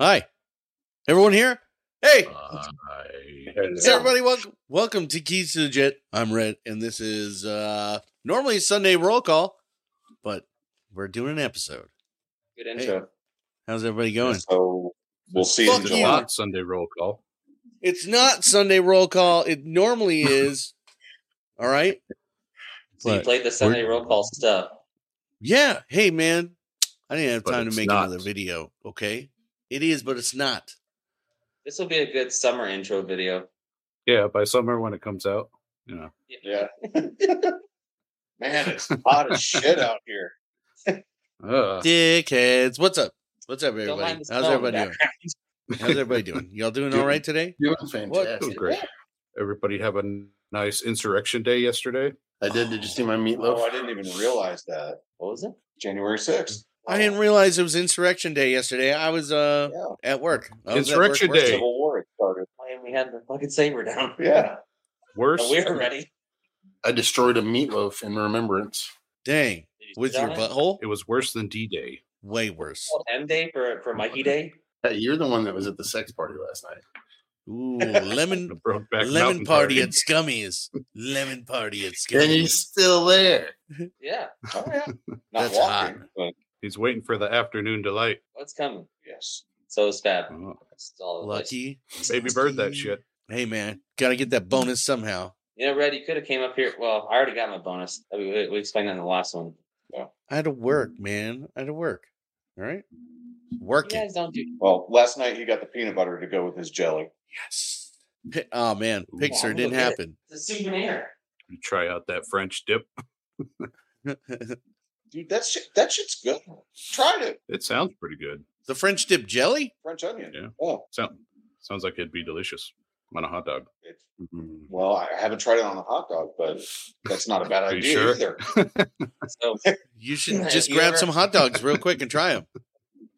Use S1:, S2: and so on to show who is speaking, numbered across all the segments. S1: Hi. Everyone here? Hey,
S2: Uh,
S3: Hi.
S1: everybody, welcome, welcome to Keys to the Jet. I'm Red, and this is uh normally a Sunday roll call, but we're doing an episode.
S4: Good intro.
S1: How's everybody going?
S3: So we'll see
S1: Fuck
S3: in
S1: you.
S3: July.
S2: Not Sunday roll call.
S1: It's not Sunday roll call. It normally is. All right.
S4: so you
S1: But
S4: played the Sunday roll call stuff.
S1: yeah. Hey, man. I didn't have
S2: But
S1: time to
S2: it's
S1: make
S2: not.
S1: another video. Okay. It is, but it's not.
S4: This will be a good summer intro video.
S2: Yeah, by summer when it comes out. You know.
S3: Yeah. Man, it's hot as shit out here.
S2: Uh,
S1: Dickheads. What's up? What's up,
S4: Don't
S1: everybody?
S4: mind the
S1: How's
S4: snow in
S1: everybody
S4: the
S1: doing?
S4: background.
S1: How's everybody doing? Y'all doing all
S2: Doing-
S1: right today?
S5: Doing
S2: it was
S5: fantastic.
S2: great. Everybody have a n- nice insurrection day yesterday.
S5: I did. Did you see my meatloaf?
S3: Oh, I didn't even realize that.
S4: What was it?
S3: January 6th.
S1: I didn't realize it was Insurrection Day yesterday. I was uh
S3: Yeah.
S1: at work. I was at
S2: Insurrection
S1: work
S2: Day.
S1: working.
S3: Civil War had started.
S4: When we had the fucking saber down.
S3: Yeah.
S2: Worse.
S4: But we were ready.
S5: I destroyed a meatloaf in remembrance.
S1: Dang,
S4: Did you
S1: with
S4: sit
S1: your
S4: on it?
S1: butthole,
S2: It was worse than D Day.
S1: way worse.
S3: Oh.
S4: Called M Oh, Day for, for Mikey Day.
S5: Hey, you're the one that was at the sex party last night.
S1: Ooh, lemon lemon party at Scummies. Lemon party at
S5: And he's
S1: Scummies.
S5: still there.
S4: Yeah.
S3: Oh, yeah. Not
S1: That's
S3: walking, but
S2: He's waiting for the afternoon delight.
S4: What's coming?
S3: yes.
S4: So is Fab.
S2: Oh,
S4: It's all over the place.
S1: Lucky
S2: baby bird that shit.
S1: Hey man, gotta get that bonus somehow.
S4: You know, Red, you could have came up here. Well, I already got my bonus. I mean, we, we explained that in the last one.
S1: I had to work, man. I had to work. All right,
S4: You
S1: working.
S4: guys don't do
S3: Well, last night he got the peanut butter to go with his jelly.
S1: Yes. Pi- Oh man,
S2: Ooh.
S1: Pixar
S4: I'm
S1: didn't
S4: gonna get
S1: happen.
S4: it's a souvenir.
S2: You try out that French dip.
S3: Dude, that shit, that shit's good. Tried it.
S2: It sounds pretty good.
S1: the French dip jelly.
S3: French onion.
S2: Yeah.
S3: Oh,
S2: Sound sounds like it'd be delicious on a hot dog.
S3: it,
S2: Mm.
S3: well, I haven't tried it on a hot dog, but that's not a bad
S2: Are you
S3: idea
S2: sure?
S3: either.
S4: So
S1: You should
S4: Have
S1: just
S4: you
S1: grab
S4: ever-
S1: some hot dogs real quick and try them.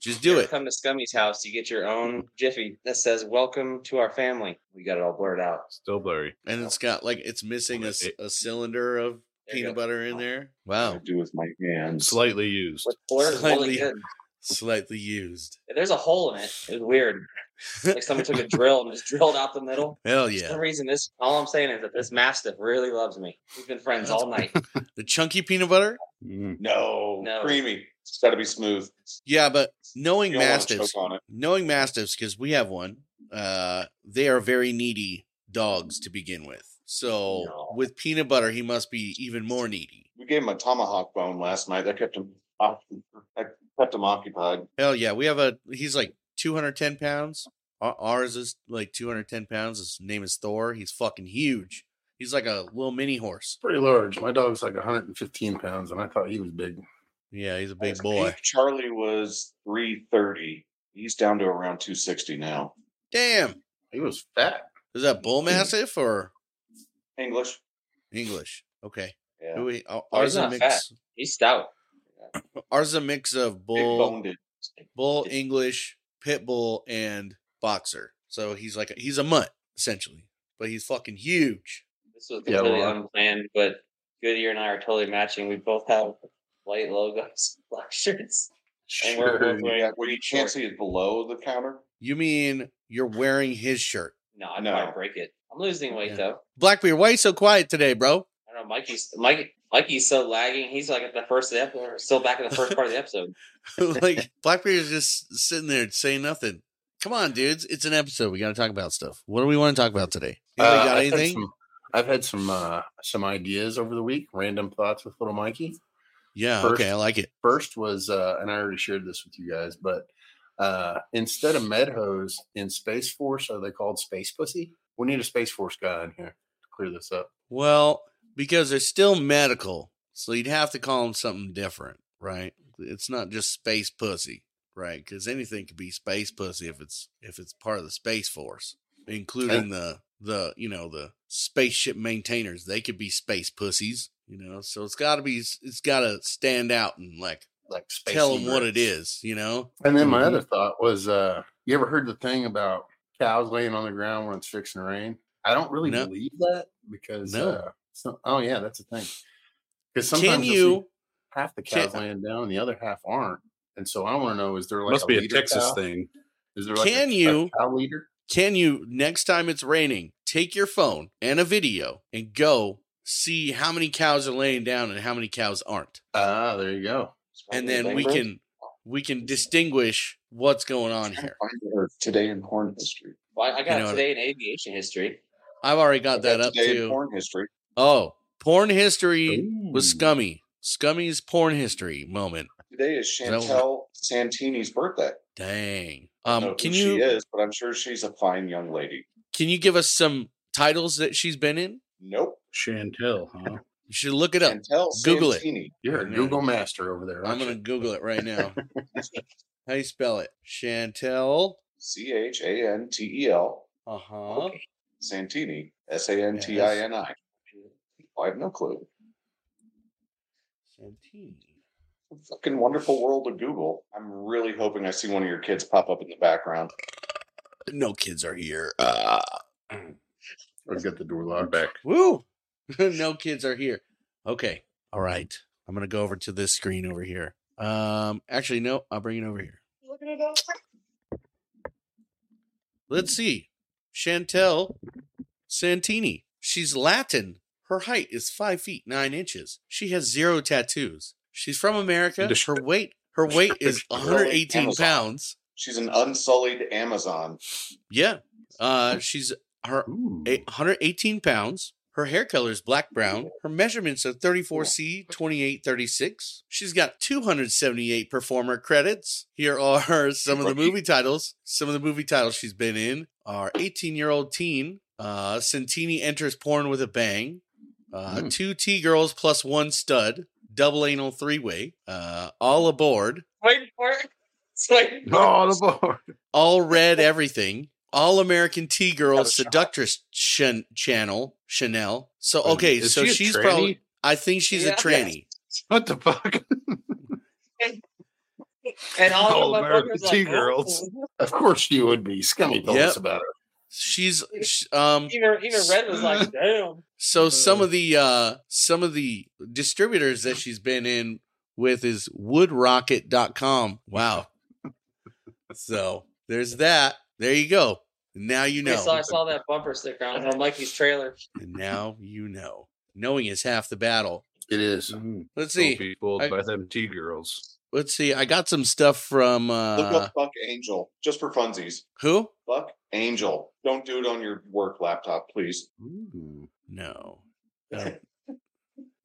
S1: Just do
S4: you
S1: it.
S4: Come to Scummy's house. You get your own Jiffy that says "Welcome to our family." We got it all blurred out.
S2: Still blurry.
S1: and it's got like it's missing a, s-
S2: It-
S1: a cylinder of
S4: There you
S1: peanut
S4: go.
S1: butter in there.
S3: I
S1: Wow,
S3: do with my hands.
S2: Slightly used.
S4: With blur, it's really
S1: Slightly-
S4: good.
S1: slightly used.
S4: There's a hole in it. It was weird. Like someone took a drill and just drilled out the middle.
S1: Hell
S4: For some
S1: yeah,
S4: reason, this all I'm saying is that this mastiff really loves me. We've been friends all night.
S1: the chunky peanut butter.
S2: Mm.
S3: No,
S4: No.
S3: creamy. It's got to be smooth.
S1: Yeah, but knowing
S3: You don't want to choke
S1: mastiffs,
S3: on it.
S1: knowing mastiffs, because we have one. Uh, they are very needy dogs to begin with. So
S3: No.
S1: with peanut butter, he must be even more needy.
S3: We gave him a tomahawk bone last night. That kept him. I kept him occupied.
S1: Hell yeah, we have a. He's like 210 pounds. Our- Ours is like 210 pounds. His name is Thor. He's fucking huge. He's like a little mini horse.
S5: Pretty large. My dog's like 115 pounds, and I thought he was big.
S1: Yeah, he's a big
S3: His
S1: boy.
S3: peak Charlie was three thirty. He's down to around two sixty now.
S1: Damn.
S5: He was fat.
S1: Is that bull mastiff or
S3: English.
S1: English? Okay.
S3: Yeah.
S1: Do we- o-
S4: Oh,
S1: ours
S4: he's
S1: is a
S4: not
S1: mix.
S4: He's stout.
S1: Ours is a mix of
S3: Big
S1: bull,
S3: boned. it.
S1: bull English, pit bull, and boxer. So he's like a, he's a mutt essentially, but he's fucking huge.
S4: This was
S5: Yeah,
S4: completely
S5: well,
S4: unplanned, but Goodyear and I are totally matching. We both have white logos, black shirts. And we're both
S5: Sure.
S4: wearing
S3: Yeah. Well, you
S4: short.
S3: can't see it below the counter.
S1: You mean you're wearing his shirt?
S4: No, I'd
S3: No.
S4: probably break it. I'm losing weight
S1: Yeah.
S4: though.
S1: Blackbeard, why you so quiet today, bro?
S4: I don't know. Mikey's Mike. Mikey's so lagging. He's like at the first of the episode, or still back in the first part of the episode.
S1: like Blackbeard is just sitting there saying nothing. Come on, dudes, it's an episode. We got to talk about stuff. What do we want to talk about today? Anybody
S5: Uh,
S1: got
S5: I've had
S1: anything?
S5: some- I've had some uh, some ideas over the week, random thoughts with little Mikey.
S1: yeah,
S5: first-
S1: okay, I like it.
S5: first was uh and i already shared this with you guys but uh instead of medhose in space force are they called space pussy we need a space force guy in here to clear this up
S1: Well, because they're still medical, so you'd have to call them something different, right? It's not just space pussy, right? Because anything could be space pussy if it's if it's part of the space force, including the the you know the spaceship maintainers. They could be space pussies, you know. So it's got to be it's got to stand out and like
S5: like space
S1: tell them what it
S5: egrets.
S1: is, Mm-hmm. you know.
S5: and then my
S2: Mhm.
S5: other thought was uh you ever heard the thing about cows laying on the ground when it's fixing to rain i don't really
S1: No.
S5: believe that because
S1: No.
S5: uh it's not- oh yeah that's a thing because
S1: Can
S5: sometimes you'll see
S1: you?
S5: half the
S1: can-
S5: cows laying down and the other half aren't and so i want to know is there like
S2: Must be a
S5: leader
S2: Texas
S5: cow?
S2: thing.
S5: Is there like
S1: Can
S5: a,
S1: you-
S5: a cow leader?
S1: Can you, next time it's raining, take your phone and a video and go see how many cows are laying down and how many cows aren't?
S5: Ah, there you go.
S1: And then we can we can distinguish what's going on here.
S3: Today in porn history.
S4: Well, I got
S1: know what-
S4: today in aviation history.
S1: I've already got that up
S3: Today in
S1: too.
S3: porn history.
S1: Oh, porn history was
S5: Ooh.
S1: scummy. Scummy's porn history moment.
S3: Today is
S1: that what-
S3: Chantel Santini's birthday.
S1: Dang.
S3: I
S1: Um,
S3: don't know
S1: can
S3: who she
S1: you
S3: is, but I'm sure she's a fine young lady.
S1: can you give us some titles that she's been in?
S3: Nope.
S2: Chantel, huh?
S1: You should look it up.
S3: Chantel
S1: Google it.
S3: Santini.
S5: You're a
S1: Man.
S5: Google master over there.
S1: I'm
S5: Aren't
S1: gonna
S5: you?
S1: Google it right now. How you spell it? Chantel.
S3: C H A N T E L
S1: Uh huh.
S4: Okay.
S3: Santini. S A N T I N I. I have no clue.
S1: Santini.
S3: Fucking wonderful world of Google. I'm really hoping I see one of your kids pop up in the background.
S1: No kids are here. Uh,
S5: Let's get the door locked.
S2: I'm back.
S1: woo. no kids are here. Okay. All right. I'm gonna go over to this screen over here. Um. Actually, no. I'll bring it over here.
S4: Looking it up.
S1: Let's see. Chantel Santini. She's Latin. Her height is five feet nine inches. She has zero tattoos. She's from America.
S2: Does she-
S1: Her weight. Her weight is
S3: Really?
S1: 118
S3: Amazon.
S1: pounds.
S3: She's an unsullied Amazon.
S1: Yeah. Uh, she's her
S5: Ooh.
S1: eight- 118 pounds. Her hair color is black brown. Her measurements are 34C, 2836. She's got 278 performer credits. Here are some of the movie titles. Some of the movie titles she's been in are 18 year old teen, uh, Santini enters porn with a bang, uh,
S5: Mm.
S1: two T girls plus one stud, double anal three way, uh, all aboard,
S4: Waiting for it. It's waiting for it.
S5: All aboard.
S1: all red everything, all American T
S3: Have
S1: girl
S3: a shot.
S1: seductress chan- channel, Chanel. So,
S2: Um,
S1: okay,
S2: is
S1: so
S2: she a
S1: she's
S2: tranny?
S1: probably. I think she's
S4: Yeah.
S1: a tranny.
S2: What the fuck?
S4: And all
S2: All
S1: Oh,
S4: the
S2: American
S4: motherfuckers like,
S2: T-girls.
S4: oh.
S5: Of course you would be. Scummy told
S1: Yep.
S5: us about it.
S1: She's sh- um.
S4: Even even Red was like, damn.
S1: So some of the uh some of the distributors that she's been in with is woodrocket.com. Wow. So there's that. There you go. Now you
S4: I saw I
S1: know.
S4: saw that bumper sticker on on Mikey's trailer.
S1: And now you know. Knowing is half the battle.
S5: It Mm. is.
S1: Let's
S2: Mm, Don't
S1: see.
S2: be fooled
S1: I-
S2: by them T girls.
S1: Let's see. I got some stuff from
S3: Look
S1: uh
S3: up Buck Angel, just for funsies.
S1: who?
S3: Buck Angel. Don't do it on your work laptop, please.
S5: Ooh.
S1: No. No.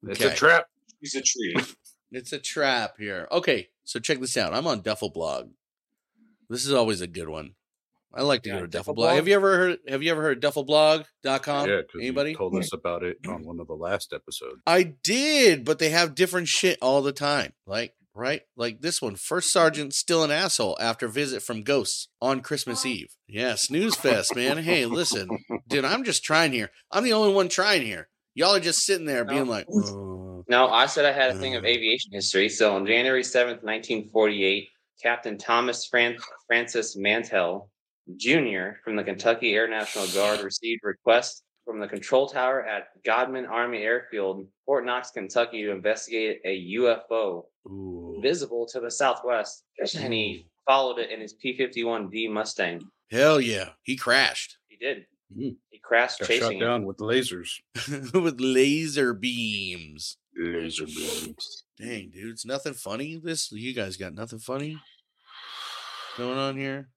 S2: It's
S1: Okay.
S2: a trap.
S3: She's a tree.
S1: It's a trap here. Okay, so check this out. I'm on Duffel Blog. This is always a good one. I like to
S4: Yeah,
S1: go to Duffel
S4: Duffel
S1: Blog.
S4: Blog.
S1: Have you ever heard have you ever heard of duffelblog.com?
S2: Uh, Yeah, 'cause you
S1: Anybody?
S2: told us about it on one of the last episodes.
S1: I did, but they have different shit all the time. Like, right? Like this one, first sergeant still an asshole after visit from ghosts on Christmas Eve. Yeah, snooze fest, man. Hey, listen, dude, I'm just trying here. I'm the only one trying here. Y'all are just sitting there being like, "Uh,
S4: No, I said I had a thing
S1: Mm.
S4: of aviation history. So on January 7th, 1948, Captain Thomas Fran- Francis Mantell Jr. from the Kentucky Air National Guard received requests from the control tower at Godman Army Airfield, Fort Knox, Kentucky, to investigate a UFO
S1: ooh,
S4: visible to the southwest. And he followed it in his P 51D Mustang.
S1: hell yeah. He crashed.
S4: He did.
S1: Hmm.
S2: Mm.
S4: He crashed
S2: Got shot
S4: chasing it.
S2: down with lasers.
S1: with laser beams.
S5: Laser beams.
S1: Dang, dude, it's nothing funny. This you guys got nothing funny going on here.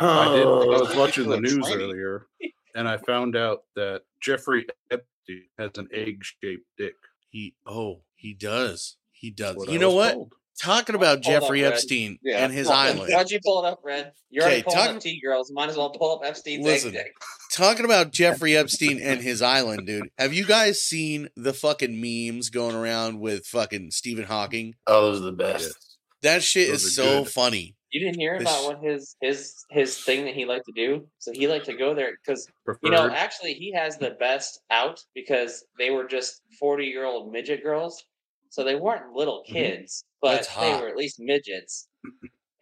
S2: I did. I
S5: Oh,
S2: was watching the
S3: Like
S2: news
S3: tranny.
S2: earlier, and I found out that Jeffrey Epstein has an egg-shaped dick.
S1: He oh, he does. He does.
S2: That's what
S1: you
S2: I
S1: know
S2: was
S1: what?
S2: told.
S1: Talking about
S4: Hold up,
S1: Jeffrey
S4: Red.
S1: Epstein
S3: Yeah.
S1: and his
S3: Hold on.
S1: island.
S4: How'd you pull it up, Red? You're already
S1: Okay,
S4: pulling
S1: talk-
S4: up T girls. Might as well pull up Epstein's
S1: Listen.
S4: egg dick.
S1: Talking about Jeffrey Epstein and his island, dude. Have you guys seen the fucking memes going around with fucking Stephen Hawking?
S5: Oh, those are the best.
S1: That shit
S2: Those are
S1: is so
S2: good.
S1: funny.
S4: You didn't hear
S1: This-
S4: about what his his his thing that he liked to do. So he liked to go there because
S2: Preferred.
S4: you know actually he has the best out because they were just forty year old midget girls, so they weren't little kids,
S1: Mm-hmm. That's
S4: but they
S1: hot.
S4: were at least midgets.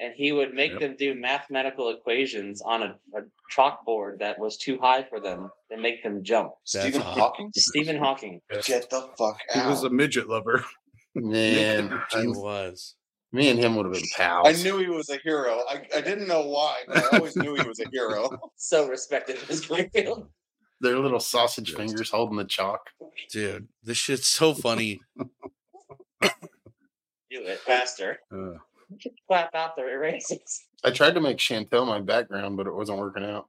S4: And he would make
S2: Yep.
S4: them do mathematical equations on a, a chalkboard that was too high for them and make them jump.
S3: Stephen
S1: hot.
S3: Hawking?
S4: Stephen Hawking.
S2: Yes.
S3: Get the fuck
S2: he
S3: out.
S2: was a midget lover.
S5: Man,
S1: He
S5: I'm-
S1: was.
S5: Me and him would have been pals.
S3: I knew he was a hero. I, I didn't know why, but I always knew he was a hero.
S4: So respected Miss Greenfield.
S5: their little sausage fingers holding the chalk.
S1: Dude, this shit's so funny.
S4: Do it faster.
S2: Uh,
S4: Clap out the erasers.
S5: I tried to make Chantel my background, but it wasn't working out.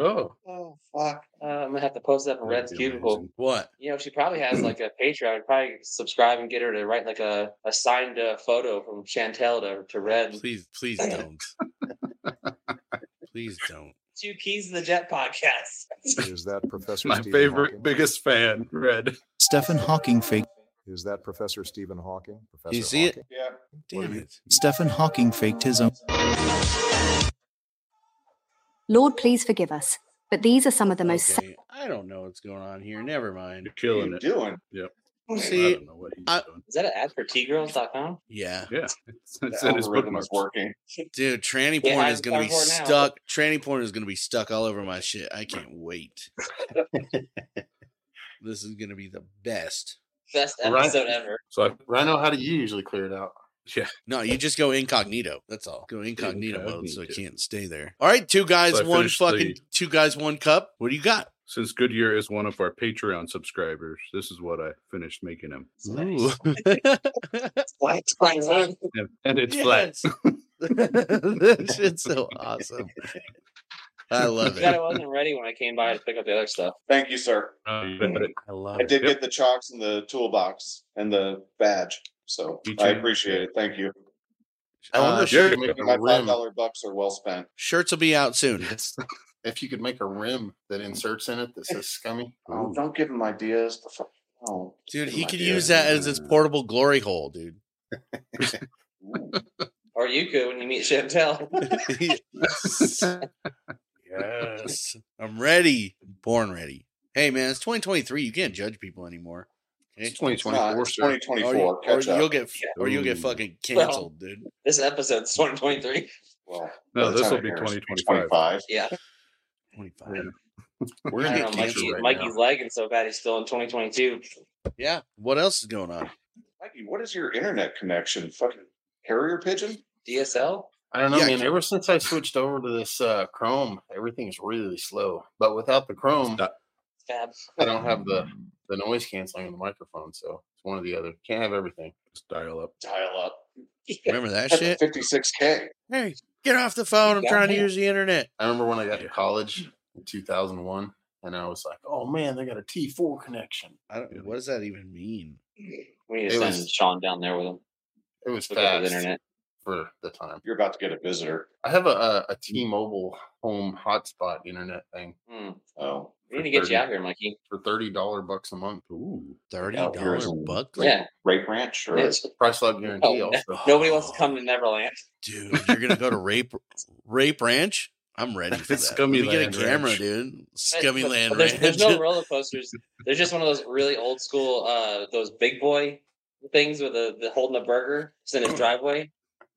S2: oh,
S3: Oh fuck!
S4: Uh, I'm gonna have to post that up in
S2: that'd
S4: Red's
S2: be
S4: cubicle.
S2: amazing.
S1: What?
S4: You know, she probably has like a Patreon. I'd probably subscribe and get her to write like a, a signed uh, photo from Chantel to, to Red.
S1: Please, please don't. please don't.
S4: Two keys to the jet podcast.
S6: Is that Professor
S2: My
S6: Stephen
S2: favorite,
S6: Hawking?
S2: biggest fan, Red.
S7: Stephen Hawking fake
S6: Is that Professor Stephen Hawking? Professor
S1: you see it?
S6: Hawking?
S3: Yeah,
S6: What
S1: Damn
S6: do you-
S1: it.
S7: Stephen Hawking faked his own
S8: Lord, please forgive us, but these are some of the most. sa-
S1: Okay, I don't know what's going on here. Never mind.
S2: You're
S3: what are
S2: killing it.
S3: you doing?
S2: I
S1: See,
S2: don't know what he's
S1: I-
S2: doing.
S4: Is that an ad for tgirls.com?
S1: Yeah.
S2: Yeah, it's, it's
S3: The
S2: in his
S3: algorithm is
S2: bookmarks.
S3: working.
S1: Dude, tranny
S4: Yeah,
S1: porn
S4: I'm-
S1: is gonna
S4: I'm
S1: be
S4: for now.
S1: stuck. Tranny porn is gonna be stuck all over my shit. I can't wait. this is gonna be the best.
S4: Best
S5: Right.
S4: episode ever.
S2: So I,
S5: Rhino, how do you usually clear it out?
S1: No, you just go incognito. That's all. Go incognito, mode so it
S2: Incognito.
S1: can't stay there. All right, two guys,
S2: So I
S1: one
S2: finished
S1: fucking
S2: the-
S1: two guys, one cup. What do you got?
S2: since Goodyear is one of our Patreon subscribers, this is what I finished making him,
S1: Ooh.
S4: What?
S2: and, and it's flat.
S1: that shit's so awesome. I love
S4: Glad I
S1: it.
S4: wasn't ready when I came by to pick up the other stuff.
S3: Thank you, sir.
S2: Uh, you bet.
S1: I love
S3: I
S1: it.
S3: did
S2: Yep.
S3: get the chalks and the toolbox and the badge, so
S2: You
S3: I
S2: too.
S3: appreciate it. Thank you.
S5: I wonder
S1: Uh,
S5: if you
S2: Jerry
S5: could make
S3: My
S5: a
S3: five
S5: rim.
S3: dollar bucks are well spent.
S1: Shirts will be out soon.
S5: If you could make a rim that inserts in it that says "scummy,"
S3: Oh, don't give him ideas. The fuck- Oh,
S1: Dude,
S3: give
S1: he
S3: him
S1: could
S3: ideas.
S1: use that as his portable glory hole, dude.
S3: Ooh.
S4: Or you could when you meet Chantel.
S1: yes. I'm ready. Born ready. Hey man, it's 2023. You can't judge people anymore.
S5: it's
S1: Okay?
S5: twenty twenty
S3: Nah,
S5: four.
S3: it's 2024.
S1: Oh, Or,
S3: Catch
S1: you, will
S3: up.
S1: get or you'll get
S2: Ooh.
S1: fucking canceled, dude.
S4: this episode's 2023.
S3: Well,
S2: No,
S3: by the
S2: this
S3: time
S2: will
S3: it
S2: be
S3: airs, it'll
S2: 2025.
S3: 25.
S4: Yeah.
S1: 25.
S5: We're
S4: I
S5: in the
S4: don't know,
S5: future
S4: Mikey,
S5: right
S4: Mikey's lagging so bad he's still in 2022.
S1: Yeah. What else is going on?
S3: Mikey, what is your internet connection? Fucking carrier pigeon?
S4: DSL?
S5: now. I don't know,
S1: Yeah,
S5: man. Ever since I switched over to this uh, Chrome, everything's really slow. But without the Chrome,
S2: Stop.
S4: Fab.
S5: I don't have the the noise canceling on the microphone, so it's one or the other. Can't have everything.
S2: Just dial up.
S3: Dial up.
S1: Remember that
S3: That's
S1: shit?
S3: 56K.
S1: Hey, get off the phone. I'm
S4: Yeah.
S1: trying to use the internet.
S5: I remember when I got to college in two thousand one, and I was like, "Oh man, they got a T four connection."
S1: I don't what does that even mean?
S4: We need
S5: It
S4: to send
S5: was-
S4: Sean down there with him.
S5: It was
S4: Look at
S5: fast
S4: the internet.
S5: for the time.
S3: You're about to get a visitor.
S5: I have a, a, a T-Mobile home hotspot internet thing
S4: Hmm.
S3: Oh,
S4: We need to get you out here, Mikey.
S5: for thirty dollar bucks a month.
S2: Ooh,
S1: Thirty
S3: out here
S1: dollar
S3: is a-
S1: buck,
S4: Yeah.
S3: Rape Ranch? Or
S4: It's-
S5: Price log guarantee.
S4: Oh,
S5: also,
S4: Nobody wants to come to Neverland.
S1: dude. You're gonna go to rape rape ranch. I'm ready for that.
S2: It's Scummy
S1: Let me
S2: Land
S1: get a camera,
S2: Ranch.
S1: dude. Scummy
S4: But- but
S1: land
S4: there's,
S1: ranch.
S4: there's no roller coasters. There's just one of those really old school, uh, those big boy things with the, the holding a burger it's in his driveway.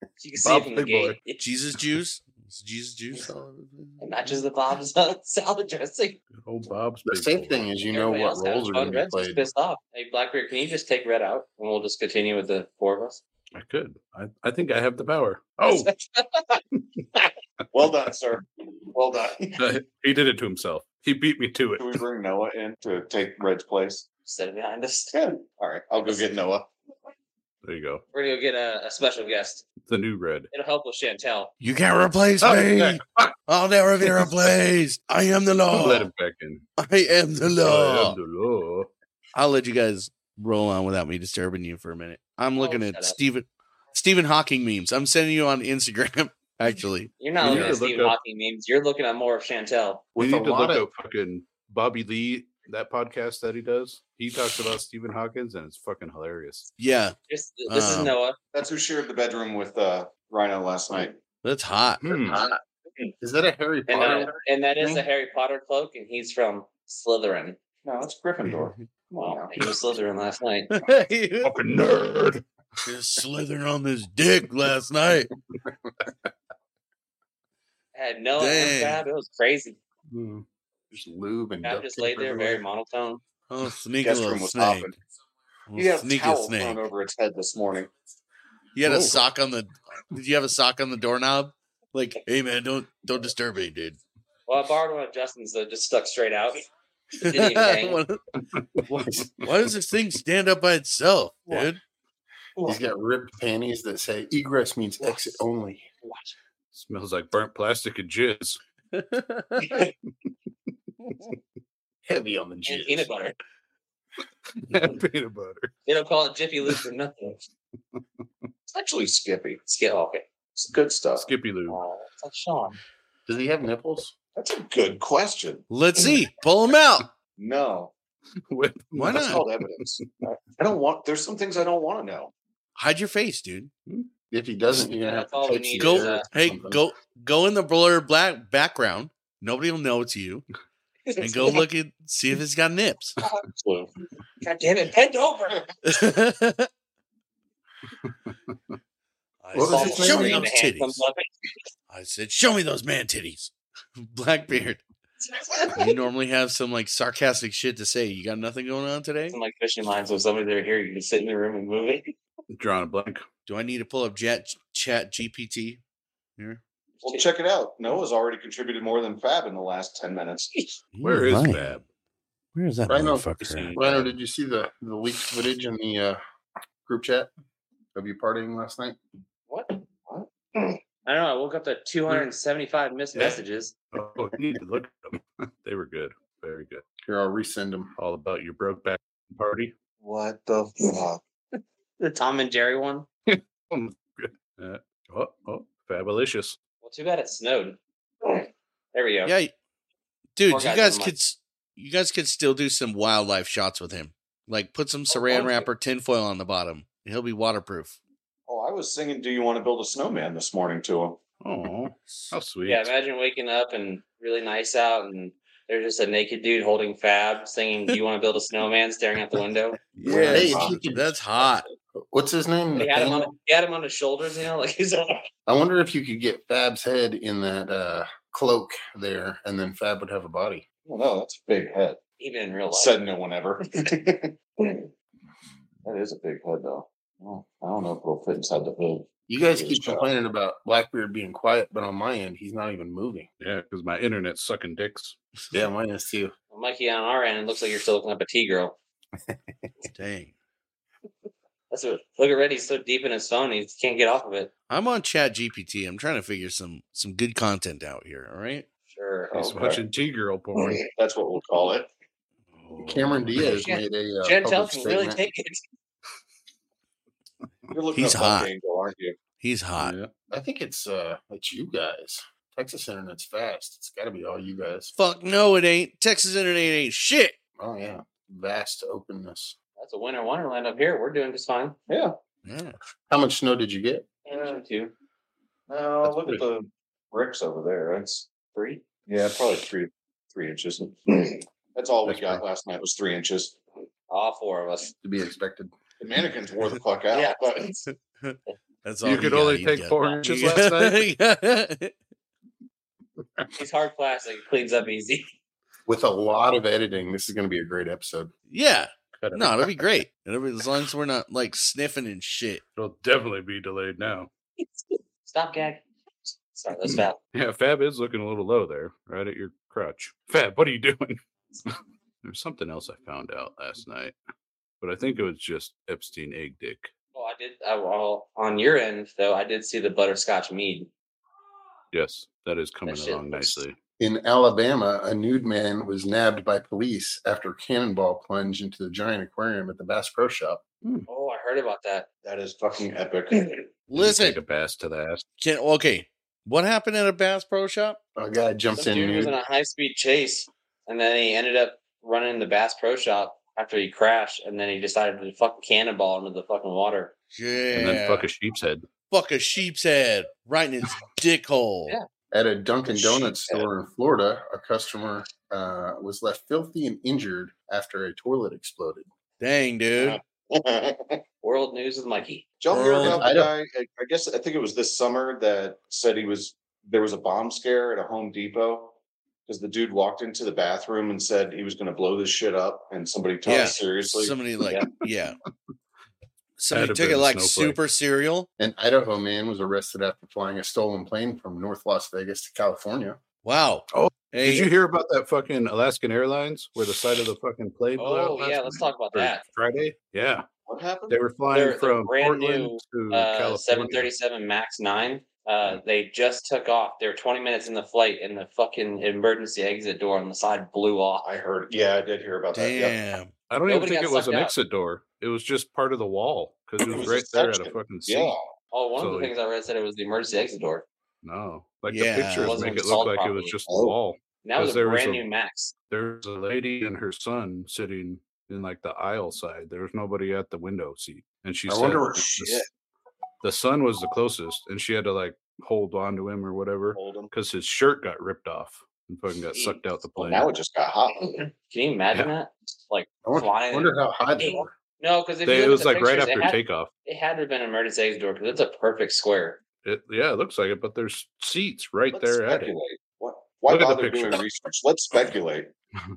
S4: So you can see
S2: Bob
S4: it from the
S2: Big Boy.
S4: gate. It
S1: Jesus juice. It's Jesus juice. all over the-
S4: matches the Bob's uh, salad dressing.
S2: good old Bob's.
S5: the
S2: Big
S5: safe
S2: Boy.
S5: thing is you know
S4: Everybody
S5: what
S4: else having
S5: roles are
S4: fun.
S5: going to be
S4: Red's just
S5: played.
S4: pissed off. Hey, Blackbeard, can you just take Red out and we'll just continue with the four of us?
S2: I could. I, I think I have the power. Oh,
S3: Well done, sir. Well done. Can
S2: uh, he did it to himself. He beat me to it.
S3: we bring Noah in to take Red's place?
S4: Set it behind us.
S3: Yeah. All right. I'll go get Noah.
S2: There you go.
S4: We're gonna go get a, a special guest.
S2: The new Red.
S4: It'll help with Chantel.
S1: You can't replace
S2: Oh,
S1: me.
S2: yeah.
S1: I'll never be replaced. I am the
S2: Don't
S1: law.
S2: let him back in.
S1: I am the
S2: I
S1: law.
S2: am the law.
S1: I'll let you guys roll on without me disturbing you for a minute. I'm looking
S4: shut
S1: at
S4: up.
S1: Stephen Stephen Hawking memes. I'm sending you on Instagram. Actually,
S4: You're not
S2: We
S4: looking
S2: need
S4: at
S2: to look
S4: Stephen
S2: up-
S4: Hawking memes. You're looking at more of Chantel.
S5: With
S2: we
S5: a
S2: need to
S5: lot
S2: look
S5: of
S2: up fucking Bobby Lee, that podcast that he does. He talks about Stephen Hawkins and it's fucking hilarious.
S1: yeah,
S4: This, this
S1: Um,
S4: is Noah.
S3: That's who shared the bedroom with uh, Rhino last night.
S1: that's hot.
S2: Hmm.
S5: is that a Harry
S4: And,
S5: Potter?
S4: that, and that is
S5: thing?
S4: a Harry Potter cloak, and he's from Slytherin.
S3: No, that's Gryffindor.
S4: Wow, he was Slytherin last night.
S1: Just
S2: Fucking nerd.
S1: slithering on this dick last night.
S4: I had no
S1: Dang.
S4: God, it was crazy.
S5: Hmm. There's lube and
S4: I
S5: duct
S4: just
S5: tape
S4: laid there very
S5: everywhere.
S4: monotone.
S1: Oh, sneaky
S3: Guest
S1: little
S3: room was
S1: snake.
S3: popping.
S1: Little
S3: He had a
S1: sneaky
S3: towel
S1: snake.
S3: thrown over its head this morning.
S1: You had
S5: Whoa.
S1: a sock on the. Did you have a sock on the doorknob? Like, hey man, don't don't disturb me, dude.
S4: Well, I borrowed one of Justin's that just stuck straight out. Didn't even hang.
S1: why, why does this thing stand up by itself, dude?
S5: He's got ripped panties that say egress means exit only.
S2: Smells like burnt plastic and jizz.
S5: Heavy on the
S4: And
S5: jizz.
S4: peanut butter.
S2: Peanut butter.
S4: They don't call it Jiffy Lube for nothing. It's actually Skippy. Skip. oh, okay.
S3: It's good stuff.
S2: Skippy Lube.
S4: Oh, it's like Sean.
S5: Does he have nipples?
S3: That's a good question.
S1: Let's see. Pull him out.
S3: No,
S2: With-
S1: Why
S3: that's
S1: not?
S3: called evidence. I- I don't want. There's some things I don't want to know.
S1: Hide your face, dude.
S5: If he doesn't, you're gonna have
S4: That's all
S5: to
S4: we
S5: fix
S4: need
S5: the
S1: Go.
S4: is, uh,
S5: shirt or
S1: hey,
S5: something.
S1: go go in the blur black background. Nobody will know it's you. And go look at see if it's got nips.
S3: So,
S4: God damn it, bend over.
S1: I
S5: What was
S1: said,
S5: his name
S1: show
S5: again?
S1: me
S4: Hand
S1: those
S4: comes
S1: titties.
S4: up.
S1: I said, show me those man titties. Blackbeard, you normally have some like sarcastic shit to say. You got nothing going on today?
S4: Some like fishing lines. So if somebody there here, you can sit in the room and move it.
S2: Drawing a blank.
S1: Do I need to pull up chat, chat GPT here?
S3: well, check it out. Noah's already contributed more than Fab in the last ten minutes.
S2: Where is
S1: Right.
S2: Fab?
S1: Where is that
S5: Rhino,
S1: motherfucker? at?
S5: Rhino, did you see the the leaked footage in the uh, group chat of you partying last night?
S4: What? What? I don't know. I woke up to 275 missed
S2: Yeah.
S4: messages.
S2: Oh, you need to look at them. they were good. Very good.
S5: Here, I'll resend them.
S2: All about your broke back party.
S3: What the fuck?
S4: The Tom and Jerry one.
S2: Uh, oh, oh, fabulous.
S4: Well, too bad it snowed. There we go.
S1: Yeah, y- dude,
S4: Poor
S1: you
S4: guy's
S1: guys
S4: on
S1: could s- you guys could still do some wildlife shots with him. Like put some saran
S4: Oh, okay.
S1: wrap or tinfoil on the bottom. He'll be waterproof.
S3: Oh, I was singing "Do You Want to Build a Snowman" this morning to him.
S2: Oh, how sweet.
S4: Yeah, imagine waking up and really nice out, and there's just a naked dude holding Fab singing, "Do you want to build a snowman?" staring out the window.
S5: Yeah,
S1: that's,
S5: hey, if you
S1: hot.
S5: could-
S1: That's hot.
S5: What's his name?
S4: He had him on,
S5: Nathaniel?
S4: he had him on his shoulders, you know, like he's on.
S5: I wonder if you could get Fab's head in that uh, cloak there, and then Fab would have a body.
S3: Well, no, that's a big head.
S4: Even in real life,
S3: Said no one ever. that is a big head, though. Well, I don't know if it'll fit inside the hood.
S5: You guys
S3: Yes,
S5: keep
S3: sir.
S5: complaining about Blackbeard being quiet, but on my end, he's not even moving.
S2: Yeah, because my internet's sucking dicks.
S5: Yeah, mine is too.
S4: Well, Mikey on our end, it looks like you're still looking up a T girl.
S1: Dang.
S4: That's what. Look at Red. He's so deep in his phone, he can't get off of it.
S1: I'm on Chat GPT. I'm trying to figure some some good content out here. All right.
S4: Sure. Oh,
S2: He's
S3: Okay.
S2: watching T girl porn.
S3: That's what we'll call it.
S5: Cameron Diaz
S4: Jan-
S5: made a uh,
S4: Chantel
S5: public
S4: can really
S5: statement.
S4: take it.
S3: You're looking
S1: He's
S3: up
S1: hot.
S3: Buck Angel, aren't you?
S1: He's hot.
S2: Yeah.
S5: I think it's uh, it's you guys. Texas internet's fast. It's got to be all you guys.
S1: Fuck no, it ain't. Texas internet ain't shit.
S5: Oh yeah, vast openness.
S4: That's a winter wonderland up here. We're doing just fine.
S3: Yeah.
S1: Yeah.
S5: How much snow did you get?
S4: Uh, two,
S3: No,
S5: That's
S3: look
S5: pretty-
S3: at the bricks over there. That's
S4: three.
S3: yeah, probably three three inches. That's all we
S5: That's
S3: got
S5: right.
S3: last night was three inches.
S4: All four of us.
S5: To be expected.
S3: The mannequins wore the fuck out.
S4: Yeah.
S3: But
S1: That's all
S2: You could only take four inches last night.
S1: night.
S4: He's hard plastic. Cleans up easy.
S5: With a lot of editing, this is going to be a great episode.
S1: yeah.
S2: Cut it.
S1: No, it'll be great. It'll be, as long as we're not like sniffing and shit.
S2: It'll definitely be delayed now.
S4: Stop gag. Sorry, that's bad.
S2: Yeah, Fab is looking a little low there, right at your crotch. Fab, what are you doing? There's something else I found out last night, but I think it was just Epstein egg dick.
S4: Well, Oh, I did. I, well, on your end though, I did see the butterscotch mead.
S2: Yes, that is coming
S4: shit
S2: along
S4: looks-
S2: nicely.
S5: In Alabama, a nude man was nabbed by police after a cannonball plunge into the giant aquarium at the Bass Pro Shop.
S4: Oh, I heard about that.
S3: that is fucking epic.
S2: Did he Take a
S1: Listen,
S2: bass to the ass.
S1: can, okay. What happened at a Bass Pro Shop?
S5: A guy jumped
S4: Some
S5: in
S4: dude was in
S5: nude.
S4: a high speed chase, and then he ended up running in the Bass Pro Shop after he crashed, and then he decided to fucking cannonball into the fucking water.
S1: Yeah.
S2: And then fuck a sheep's head.
S1: fuck a sheep's head right in its dick hole.
S4: Yeah.
S5: At a Dunkin' Donuts
S4: Shit.
S5: store in Florida, a customer uh, was left filthy and injured after a toilet exploded.
S1: Dang, dude.
S4: World news with Mikey.
S3: Y'all hear
S1: Earl,
S3: about
S5: I
S3: the guy?
S5: don't-
S3: I I guess I think it was this summer that said he was there was a bomb scare at a Home Depot because the dude walked into the bathroom and said he was going to blow this shit up, and somebody took
S1: Yeah,
S3: it seriously.
S1: Somebody like, yeah. Somebody
S2: have
S1: took
S2: been
S1: it
S2: a
S1: like
S2: snowflake.
S1: super serial.
S5: An Idaho man was arrested after flying a stolen plane from North Las Vegas to California.
S1: Wow.
S2: Oh,
S1: Hey,
S2: Did you hear about that fucking Alaskan Airlines where the side of the fucking plane blew out
S4: Oh
S2: last
S4: yeah, let's talk about
S2: or
S4: that.
S2: Friday? Yeah.
S3: What happened?
S2: They were flying
S4: They're- they're
S2: from
S4: brand
S2: Portland to
S4: Uh,
S2: California.
S4: seven thirty-seven Max nine. Uh, they just took off. They were twenty minutes in the flight, and the fucking emergency exit door on the side blew off.
S3: I heard. Yeah, I did hear about that. yeah.
S1: damn.
S2: I don't
S4: Nobody
S2: even
S4: got
S2: think it was
S4: sucked
S2: an
S4: out.
S2: exit door. It was just part of the wall because it
S3: It
S2: was
S3: was
S2: right
S3: a
S2: there at a
S3: section.
S2: fucking seat.
S3: Yeah.
S4: Oh, one of
S2: So-
S4: the things I read said it was the emergency exit door.
S2: No, like
S1: Yeah.
S2: the
S1: It
S2: pictures
S4: wasn't
S2: make it look
S4: installed
S2: like it was
S4: properly.
S2: just
S3: Oh.
S2: a wall.
S4: And that was
S2: 'Cause
S4: a
S2: there was
S4: brand
S2: a-
S4: new Max.
S2: There's a lady and her son sitting in like the aisle side. There was nobody at the window seat, and she
S5: I
S2: said
S5: wonder where
S2: that the,
S5: shit.
S2: the son was the closest, and she had to like hold on to him or whatever
S3: Hold 'em.
S2: because his shirt got ripped off and fucking got sucked out the
S3: Well,
S2: plane.
S3: now it just got hot. Oh,
S4: Can you imagine that? Just like
S5: I wonder,
S4: flying.
S5: wonder how high they
S4: Hey.
S5: were.
S4: no, because
S2: They- it was like right after
S4: it had,
S2: takeoff.
S4: It had to have been an emergency exit door because it's a perfect square.
S2: It, yeah, it looks like it, but there's seats right
S3: Let's
S2: there at it.
S3: speculate. What? Why
S2: Look at the
S3: bother doing
S2: picture.
S3: research? Let's speculate.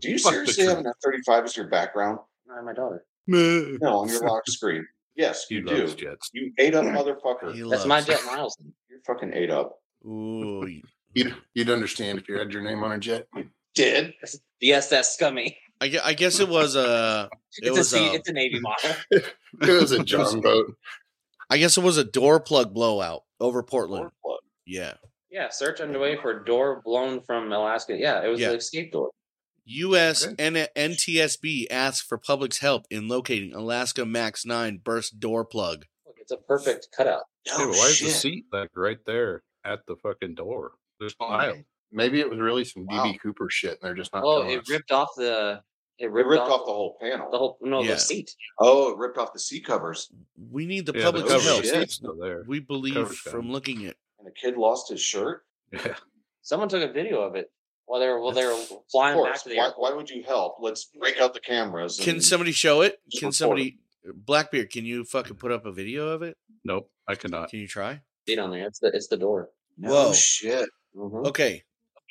S3: Do you
S2: Fuck the
S3: seriously have
S2: truth.
S3: an F-35 as your background?
S4: Not my daughter.
S3: No, on your lock screen. Yes,
S2: He
S3: you
S2: loves
S3: do.
S2: jets.
S3: You ate up, motherfucker.
S1: He
S3: You're
S4: That's my
S1: loves-
S4: Jet Miles.
S3: fucking ate up.
S1: Ooh, y-
S5: You'd, you'd understand if you had your name on a jet.
S3: Did
S4: Yes, that's scummy.
S1: I, gue- I guess it was a. It
S4: It's a
S1: was
S2: um,
S4: sea,
S1: a.
S4: it's a Navy model.
S5: It was a John boat.
S1: I guess it was a door plug blowout over Portland.
S3: Or what?
S1: Yeah.
S4: Yeah, search underway for door blown from Alaska. Yeah, it was
S1: Yeah.
S4: the escape door.
S1: U.S.
S2: Okay.
S1: N- NTSB asks for public's help in locating Alaska Max 9 burst door plug.
S4: Look, it's a perfect cutout.
S2: Yeah,
S3: No
S2: but why
S3: Oh, shit.
S2: is the seat like right there at the fucking door? There's no aisle.
S5: Maybe it was really some
S3: Wow.
S5: DB Cooper shit, and they're just not.
S4: Oh,
S5: telling
S4: it
S5: us.
S4: ripped off the. It
S3: It
S4: ripped,
S3: ripped
S4: off,
S3: off the whole panel.
S4: the whole no
S1: Yeah.
S4: the seat.
S3: oh, it ripped off the seat covers,
S1: We need the
S2: yeah,
S1: public's
S2: cover,
S1: help.
S2: the
S3: Yeah.
S2: seat's still there.
S1: We believe
S2: cover's gone.
S1: from looking at
S3: and the kid lost his shirt.
S2: Yeah.
S4: Someone took a video of it while they were while they were
S3: Of
S4: flying back
S3: course.
S4: to the
S3: Why,
S4: airport.
S3: why would you help? Let's break out the cameras.
S1: Can
S3: and-
S1: somebody show it?
S3: Just
S1: Can
S3: report
S1: somebody Blackbeard, can you fucking put up a video of it?
S2: Nope, I cannot.
S1: Can you try?
S4: Seat on there. It's the it's the door.
S3: No
S1: Whoa.
S3: shit!
S4: Mhm.
S1: Okay.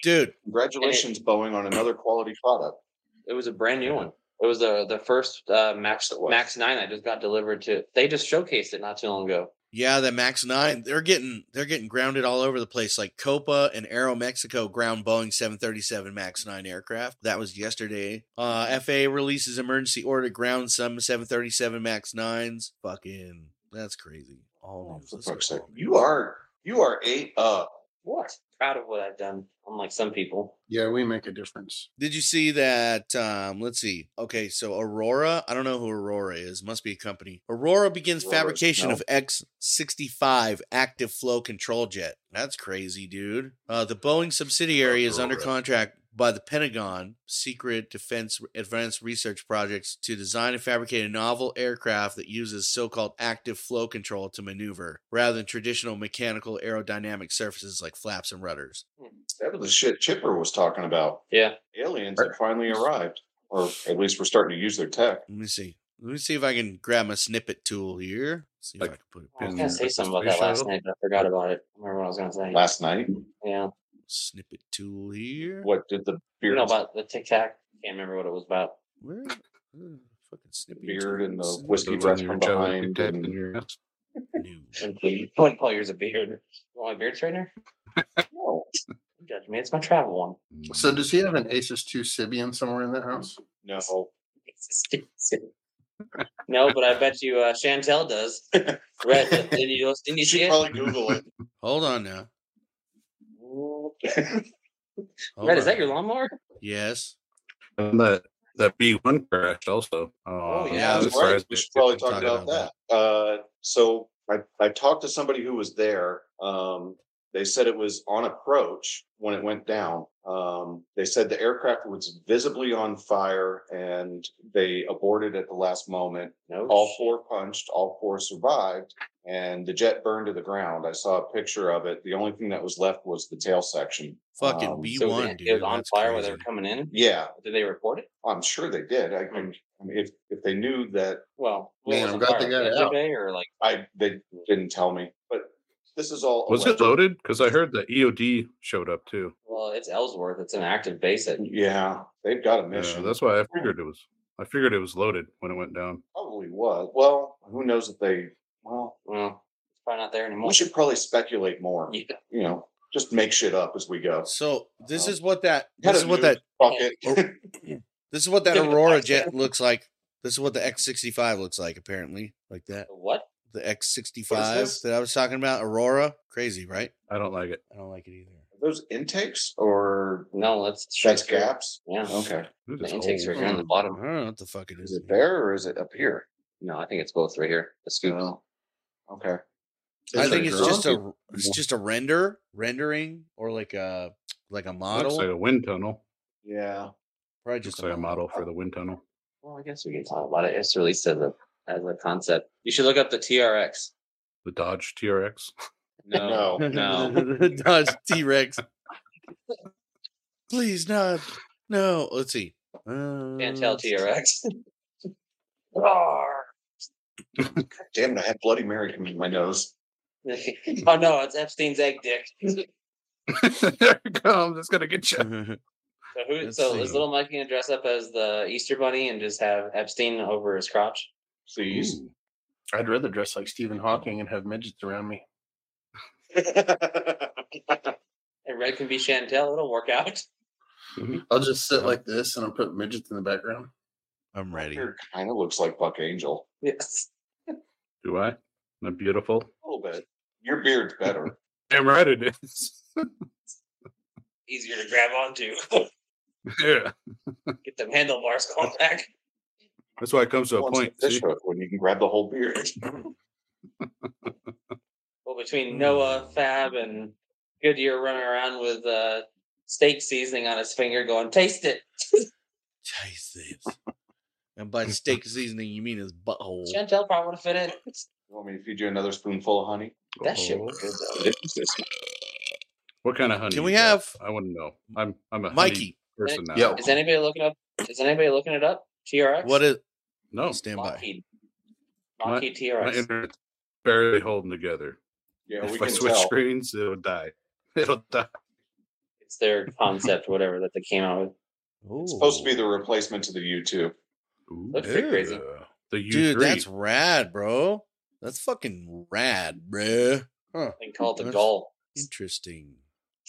S1: Dude,
S3: Congratulations, Boeing, on another quality product.
S4: It was a brand new one. It was the the first uh, Max
S3: It was.
S4: Max Nine that just got delivered to. They just showcased it not too long ago.
S1: yeah, the Max 9, they're getting they're getting grounded all over the place like Copa and Aero Mexico ground Boeing 737 Max 9 aircraft. That was yesterday. Uh FAA releases emergency order to ground some 737 Max 9s. Fucking that's crazy. All
S3: Oh,
S1: news.
S3: for
S1: Let's go
S3: fuck's sake.
S1: all news.
S3: You are you are uh, eight up.
S4: What? Proud of what I've done. Unlike some people.
S5: Yeah, we make a difference.
S1: Did you see that? Um, let's see. Okay, so Aurora. I don't know who Aurora is. Must be a company. Aurora begins
S3: Aurora's-
S1: fabrication
S3: no.
S1: of X65 active flow control jet. That's crazy, dude. Uh, the Boeing subsidiary is under
S2: Aurora.
S1: contract by the Pentagon Secret Defense Advanced Research Projects to design and fabricate a novel aircraft that uses so-called active flow control to maneuver rather than traditional mechanical aerodynamic surfaces like flaps and rudders.
S3: That was the shit Chipper was talking about.
S4: Yeah.
S3: Aliens have finally arrived, or at least we're starting to use their tech.
S1: Let me see. Let me see if I can grab my snippet tool here. See if I
S2: Like
S1: can put it
S4: I was
S2: And
S4: gonna say
S2: with the
S4: something about
S2: space
S4: that last
S2: shuttle?
S4: night, but I forgot about it. I remember what I was gonna say.
S3: Last night,
S4: yeah.
S1: snippet tool here.
S3: what did the
S4: You
S3: beard,
S4: know about the Tic Tac? Can't remember what it was about.
S1: Where? where fucking snippet
S3: beard and the
S1: tool?
S3: whiskey
S2: Those
S3: breath
S2: on your
S3: from
S2: jaw that
S3: behind?
S2: you tap in
S3: and-
S2: your ass.
S1: New.
S4: And please, I wouldn't call yours a beard. You want my beard straightener?
S3: No,
S4: Don't Judge me. It's my travel one.
S3: Mm.
S5: So, does he have an Asus 2 Sibian somewhere in that house?
S3: no.
S4: no, but I bet you uh, Chantel does. Red, didn't you, didn't you
S3: You
S4: see
S3: should
S4: it?
S3: probably Google it.
S1: Hold on now. Hold
S4: Red, is that
S1: on.
S4: your lawnmower?
S1: Yes.
S2: And that that B one crash also. Oh,
S1: yeah,
S3: that's
S1: that's
S3: right. We should probably talk
S1: Talk
S3: about
S1: about
S3: that. Uh, so I, I talked to somebody who was there. Um, they said it was on approach when it went down. Um, they said the aircraft was visibly on fire and they aborted at the last moment.
S4: No.
S3: All
S4: shit.
S3: four punched, all four survived, and the jet burned to the ground. I saw a picture of it. The only thing that was left was the tail section.
S1: Fucking
S3: Um,
S1: B
S4: So
S1: one,
S4: it-
S1: dude.
S4: It was on
S1: That's
S4: fire when they
S1: crazy.
S4: were coming in.
S3: Yeah,
S4: Did they report it?
S3: I'm sure they did. I, I mean, if if they knew that
S4: Well,
S5: Man,
S4: was
S5: I'm
S4: the
S5: glad
S4: fire?
S5: they got it out.
S4: Yesterday or like
S3: I they didn't tell me, but this is all.
S2: Was it
S3: alleged.
S2: loaded? Because I heard the EOD showed up too.
S4: Well, it's Ellsworth. It's an active base. At,
S3: Yeah, they've got a
S2: Yeah,
S3: mission.
S2: that's why I figured it was I figured it was loaded when it went down.
S3: Probably was. Well, who knows if they? Well,
S4: Well, it's probably not there anymore.
S3: we should probably speculate more.
S4: Yeah.
S3: You know, just make shit up as we go.
S1: So this
S3: Well,
S1: is what that
S3: Had
S1: this is
S3: a
S1: what
S3: new
S1: that
S3: bucket.
S1: Oh. this is what that
S4: Give it a
S1: Aurora
S4: box
S1: jet
S4: there.
S1: looks like. This is what the X sixty five looks like, apparently. Like that.
S4: Oh. What?
S1: The X sixty
S3: What
S1: five
S3: is this?
S1: that I was talking about, Aurora. Crazy, right?
S2: I don't like it.
S1: I don't like it either.
S3: Those intakes or
S4: No, let's
S3: that's gaps?
S4: Yeah.
S3: Okay.
S2: It
S4: The
S2: is
S4: intakes
S2: old.
S4: are here on the
S1: I
S4: bottom.
S1: don't know what the fuck it is.
S3: Is it there or is it up here?
S4: No, I think it's both right here. The scoop.
S3: Oh, okay.
S1: I
S2: Is
S1: think
S2: it
S1: it's
S2: drawn?
S1: just a it's just a render rendering or like a like a model.
S2: Looks like a wind tunnel.
S3: Yeah.
S1: Probably
S2: Just
S1: just
S2: like a model for the wind tunnel.
S4: Well, I guess we can talk about it. It's released as a as a concept. You should look up the TRX.
S2: The Dodge TRX.
S4: No,
S3: No.
S4: no.
S1: Dodge T Rex. Please not. No. Let's see. Uh,
S4: Chantel TRX. Oh,
S3: Damn it! I had Bloody Mary come in my nose.
S4: oh no, it's Epstein's egg dick.
S2: there it comes. It's gonna get you.
S4: So, who,
S1: Let's
S4: so
S1: see.
S4: is little Mike gonna dress up as the Easter Bunny and just have Epstein over his crotch?
S3: Please.
S5: I'd rather dress like Stephen Hawking and have midgets around me.
S4: And red can be Chantel. It'll work out.
S5: I'll just sit like this and I'll put midgets in the background.
S1: I'm ready.
S3: kind of looks like Buck Angel
S4: Yes.
S2: Do I? Isn't that beautiful?
S3: a little bit. Your beard's better.
S2: Damn right it is.
S4: Easier to grab onto.
S2: yeah.
S4: Get them handlebars going back.
S2: That's why it comes to a
S3: Well, it's like
S2: point.
S3: fish
S2: See?
S3: hook when you can grab the whole beard.
S4: Well,
S1: Hmm.
S4: between Noah, Fab, and Goodyear running around with uh, steak seasoning on his finger, going, "Taste it,
S1: Hmm. Jesus. And by steak seasoning, you mean his butthole.
S4: Chantel probably would have fit in."
S3: You want me to feed you another spoonful of honey?
S1: Uh-huh.
S4: That shit
S2: Oh.
S4: was good though.
S2: What kind of honey?
S1: Can we
S2: is that?
S1: have-
S2: I want to know. I'm I'm a honey
S1: Mikey,
S2: person now.
S5: Yo.
S4: Is anybody looking up? Is anybody looking it up? TRX.
S1: what is?
S2: No,
S1: Stand by.
S4: Lockheed?
S2: My-
S4: Lockheed
S2: my
S4: TRX.
S2: internet's barely holding together.
S3: Yeah, we
S2: if I
S3: can
S2: switch
S3: tell.
S2: screens, it'll die. It'll die.
S4: It's their concept, whatever that they came out with.
S3: It's supposed to be the replacement to the U2.
S4: That's pretty crazy.
S2: Ooh. The U3.
S1: Dude, that's rad, bro. That's fucking rad, bruh. Huh.
S4: They call it the
S1: That's-
S4: gull.
S1: Interesting.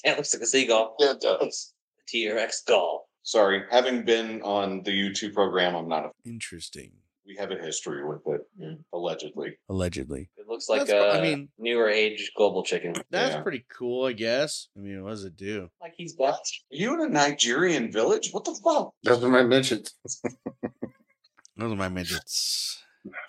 S4: It looks like a seagull.
S3: Yeah, it does.
S4: The TRX gull.
S3: Sorry, having been on the U2 program, I'm not. A,
S1: Interesting.
S3: we have a history with it,
S4: Mm.
S3: allegedly.
S1: Allegedly.
S4: It looks like
S1: That's-
S4: a
S1: I mean-
S4: newer age global chicken.
S1: That's
S3: Yeah.
S1: pretty cool, I guess. I mean, what does it do?
S4: Like he's back.
S3: Are you in a Nigerian village? What the fuck?
S5: Those are my midgets.
S1: Those are my midgets.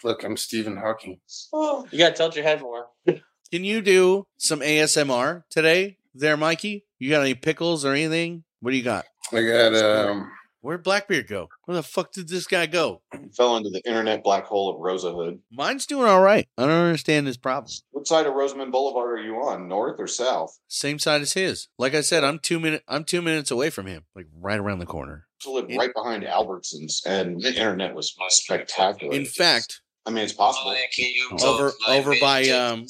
S5: Look, I'm Stephen Hawking.
S3: Oh,
S4: You gotta tilt your head more.
S1: Can you do some ASMR today, there, Mikey? You got any pickles or anything? What do you got?
S5: I got um.
S1: Where'd Blackbeard go? Where the fuck did this guy go?
S3: you fell into the internet black hole of Rosa Hood.
S1: Mine's doing all right. I don't understand his problem.
S3: What side of Rosamond Boulevard are you on, north or south?
S1: Same side as his. Like I said, I'm two minute. I'm two minutes away from him. Like right around the corner.
S3: To live
S1: In-
S3: right behind Albertsons, and the internet was spectacular.
S1: In fact,
S3: I mean, it's possible.
S1: over over by um,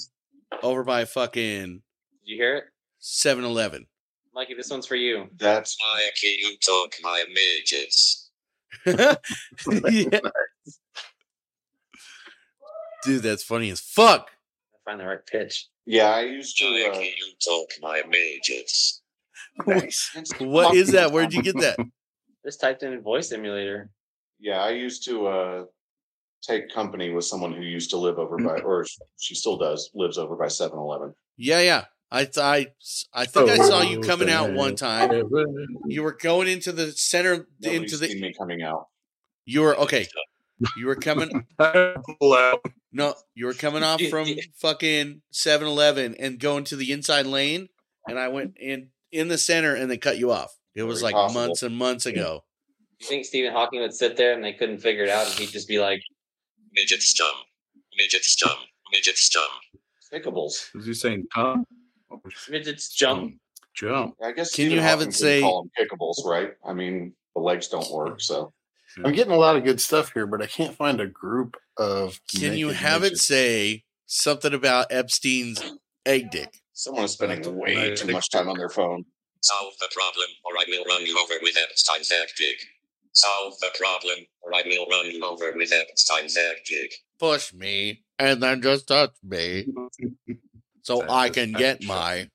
S1: over by fucking
S4: Did you hear it,
S1: 7-Eleven.
S4: Mikey? This one's for you.
S3: That's
S1: Yeah. Dude, that's funny as fuck.
S4: Find the right pitch.
S3: yeah. I used to. Uh,
S1: What is that? Where'd you get that?
S4: Just typed in voice emulator.
S3: Yeah, I used to uh, take company with someone who used to live over
S1: Mm.
S3: by, or sh- she still does, lives over by 7 Eleven.
S1: Yeah, yeah. I th- I I think I saw you
S2: Oh,
S1: coming out one time. You were going into the center into
S3: Nobody's seen
S1: the
S3: me coming out.
S1: you were okay. You were coming
S2: Hello.
S1: no, you were coming off from fucking 7-Eleven and going to the inside lane and I went in in the center and they cut you off. It was
S3: Very
S1: like
S3: possible.
S1: months and months ago.
S4: You think Stephen Hawking would sit there and they couldn't figure it out, and he'd just be like,
S9: Midget stum. Midget stum. Midget stum.
S3: Pickables.
S2: Is he saying come?
S4: "Midgets jump."
S2: Jump.
S3: I guess
S1: Can
S3: Stephen
S1: you have
S3: Hawking
S1: it
S3: can
S1: say- Mm.
S3: call them pickables, right? I mean, the legs don't work, so
S5: I'm getting a lot of good stuff here, but I can't find a group of.
S1: Can you
S5: naked
S1: have it
S5: midgets.
S1: say something about Epstein's egg dick?
S3: someone is spending
S9: Uh,
S2: That's
S3: way
S2: right.
S3: too much time on their phone.
S9: Solve the problem, or I will run you over with Epstein's egg pig. Solve the problem, or I will run you over with Einstein's electric.
S1: push me and then just touch me so I can get my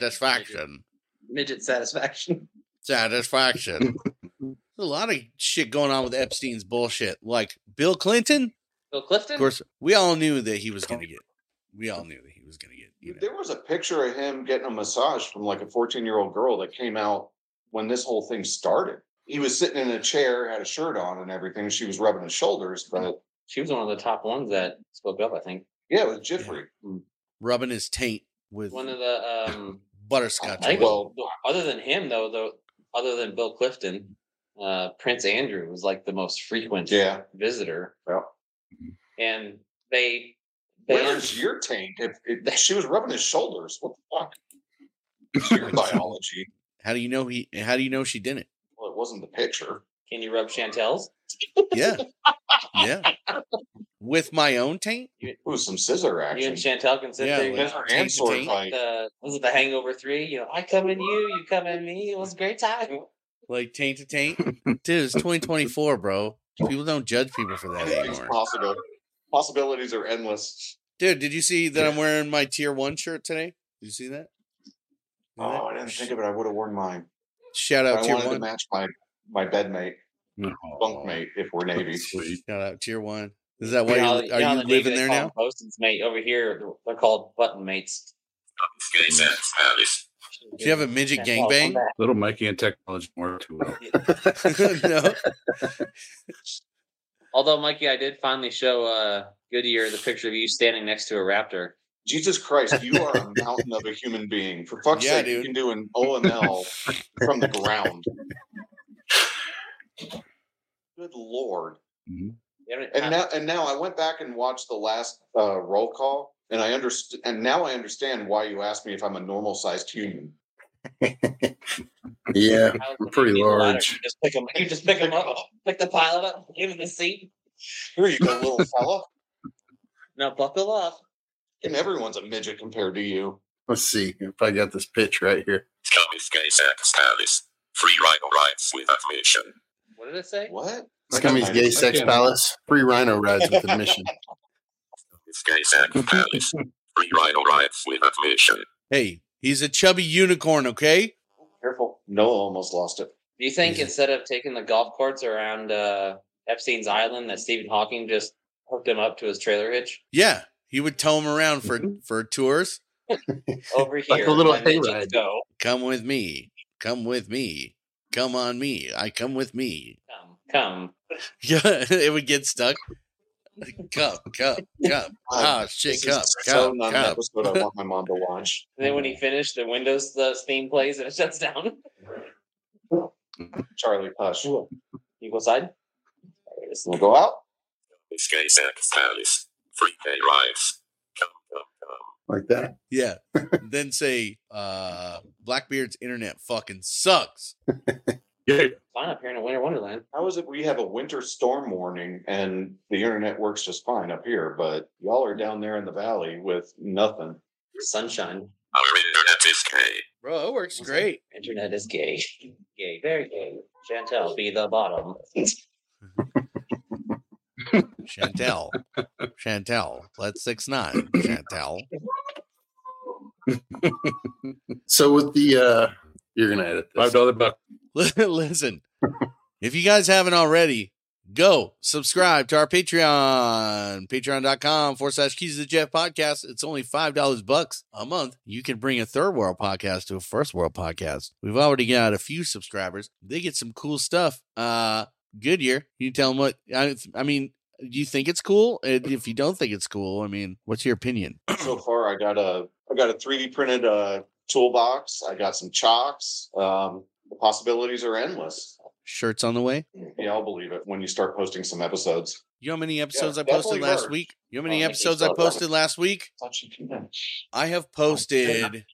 S1: satisfaction.
S4: midget satisfaction.
S1: Satisfaction. There's a lot of shit going on with Epstein's bullshit. Like Bill Clinton,
S4: Bill Clifton.
S1: of course, we all knew that he was going to get. We all knew that he was going to get. You know.
S3: There was a picture of him getting a massage from like a 14 year old girl that came out when this whole thing started. He was sitting in a chair, had a shirt on and everything. She was rubbing his shoulders, but
S4: She was one of the top ones that spoke up. I think
S3: yeah, it was Jeffrey.
S1: Rubbing his taint with
S4: one of the um.
S1: butterscotch.
S4: I think
S1: oil.
S4: well, other than him though, though, other than Bill Clifton, uh, Prince Andrew was like the most frequent
S3: Yeah.
S4: visitor,
S3: Well,
S4: and they
S3: where's your taint? If, if she was rubbing his shoulders, what the fuck? It's Your biology.
S1: how do you know he? How do you know she didn't?
S3: Well, it wasn't the picture.
S4: Can you rub Chantel's?
S1: Yeah, yeah. With my own taint.
S3: It was some scissor
S4: You
S3: action.
S4: and Chantel can sit
S1: Yeah,
S4: there. you
S1: like-
S4: guys are-
S3: and sword
S1: Taint to
S3: fight.
S4: the was it the Hangover Three? You know, I come in you, you come in me. It was a great time.
S1: Like taint to taint. Dude, it's 2024, bro. People don't judge people for that
S3: Anything's
S1: anymore.
S3: possible. Possibilities are endless.
S1: Dude, did you see that I'm wearing my tier one shirt today? Did you see that? See that?
S3: Oh, I didn't think of it. I would have worn mine.
S1: Shout
S3: But
S1: out
S3: I
S1: tier
S3: wanted to
S1: one.
S3: match my my bedmate,
S2: Aw,
S3: bunkmate, if we're Navy.
S2: that's sweet.
S1: Shout out tier one. Is that why
S4: You
S1: you,
S4: know,
S1: are
S4: know,
S1: you
S4: the Navy,
S1: living
S4: they
S1: there
S4: call
S1: now?
S4: them Postman's mate over here, they're called button mates.
S9: Gazette Alice.
S1: Do you have a midget
S4: Yeah, well,
S1: gangbang?
S4: I'm
S2: Hmm. Little Mikey and technology work too well.
S1: no.
S4: Although Mikey, I did finally show uh, Goodyear the picture of you standing next to a raptor.
S3: Jesus Christ, you are a mountain of a human being. For fuck's
S1: Yeah,
S3: sake,
S1: dude.
S3: you can do an OML from the ground. Good lord.
S2: Mhm.
S4: You haven't-
S3: And
S4: uh,
S3: now and now I went back and watched the last uh, roll call and I understand and now I understand why you asked me if I'm a normal sized human.
S5: yeah,
S4: I was
S5: we're
S4: thinking
S5: pretty
S4: the ladder,
S5: large.
S4: You just pick them. You just pick 'em up. Pick the pile up. Give him the seat.
S3: Here you go, little fella.
S4: Now buckle up.
S3: And everyone's a midget compared to you.
S5: Let's see if I got this pitch right here.
S9: Come with Gazette Alice. Free rhino rides with admission.
S4: What did it say?
S3: What?
S5: It's Cummings Gay Sex
S2: Okay.
S5: Palace. Free rhino rides with admission.
S9: With Gazette Alice. Free rhino rides with admission.
S1: Hey, he's a chubby unicorn, okay?
S3: Careful. Noah almost lost it.
S4: Do you think instead of taking the golf carts around uh, Epstein's Island, that Stephen Hawking just hooked him up to his trailer hitch
S1: Yeah. He would tow him around for for tours.
S4: over here?
S5: a little
S4: when midgets
S5: hayride.
S4: Go.
S1: Come with me. Come with me. Come on me. I come with me.
S4: Come, come.
S1: Yeah, it would get stuck. Cup, cup, cup. Ah, shit,
S3: Oh, This is
S1: cup,
S3: so
S1: cup,
S3: not an
S1: cup.
S3: episode I want my mom to watch.
S4: And then when he finished, the Windows the Steam plays and it shuts down.
S3: Charlie, hush. We'll
S4: You go outside. It's not-
S3: go out.
S9: With Gazette Alice. Free day rides. Come, come, come.
S5: Like that.
S1: Yeah. then say, uh, Blackbeard's internet fucking sucks.
S2: Yeah,
S4: Fine up here in a winter wonderland.
S3: How is it we have a winter storm warning and the internet works just fine up here, but y'all are down there in the valley with nothing?
S4: Sunshine.
S9: Our internet is gay.
S1: Bro, it works great.
S4: Internet is gay. Gay, very gay. Chantel, be the bottom.
S1: Chantel. Chantel. Let's six nine. Chantel.
S5: So with the uh you're gonna edit
S2: five
S5: this.
S2: dollar buck.
S1: Listen. If you guys haven't already, go subscribe to our Patreon. Patreon.com forward slash keys to the Jeff podcast. It's only five dollars bucks a month. You can bring a third world podcast to a first world podcast. We've already got a few subscribers. They get some cool stuff. Uh Goodyear. You tell them what I, I mean. Do you think it's cool? And if you don't think it's cool, I mean, what's your opinion?
S3: so far, I got a I got a 3D printed uh, toolbox. I got some chalks. Um, the possibilities are endless.
S1: Shirts on the way.
S3: Yeah, I'll believe it when you start posting some episodes.
S1: You know how many episodes I
S3: definitely
S1: posted last
S3: merch.
S1: week? You know how
S3: Oh,
S1: many
S3: I think
S1: episodes
S3: so.
S1: I posted last week?
S3: Thought you could do
S1: I have
S3: yeah.
S1: posted,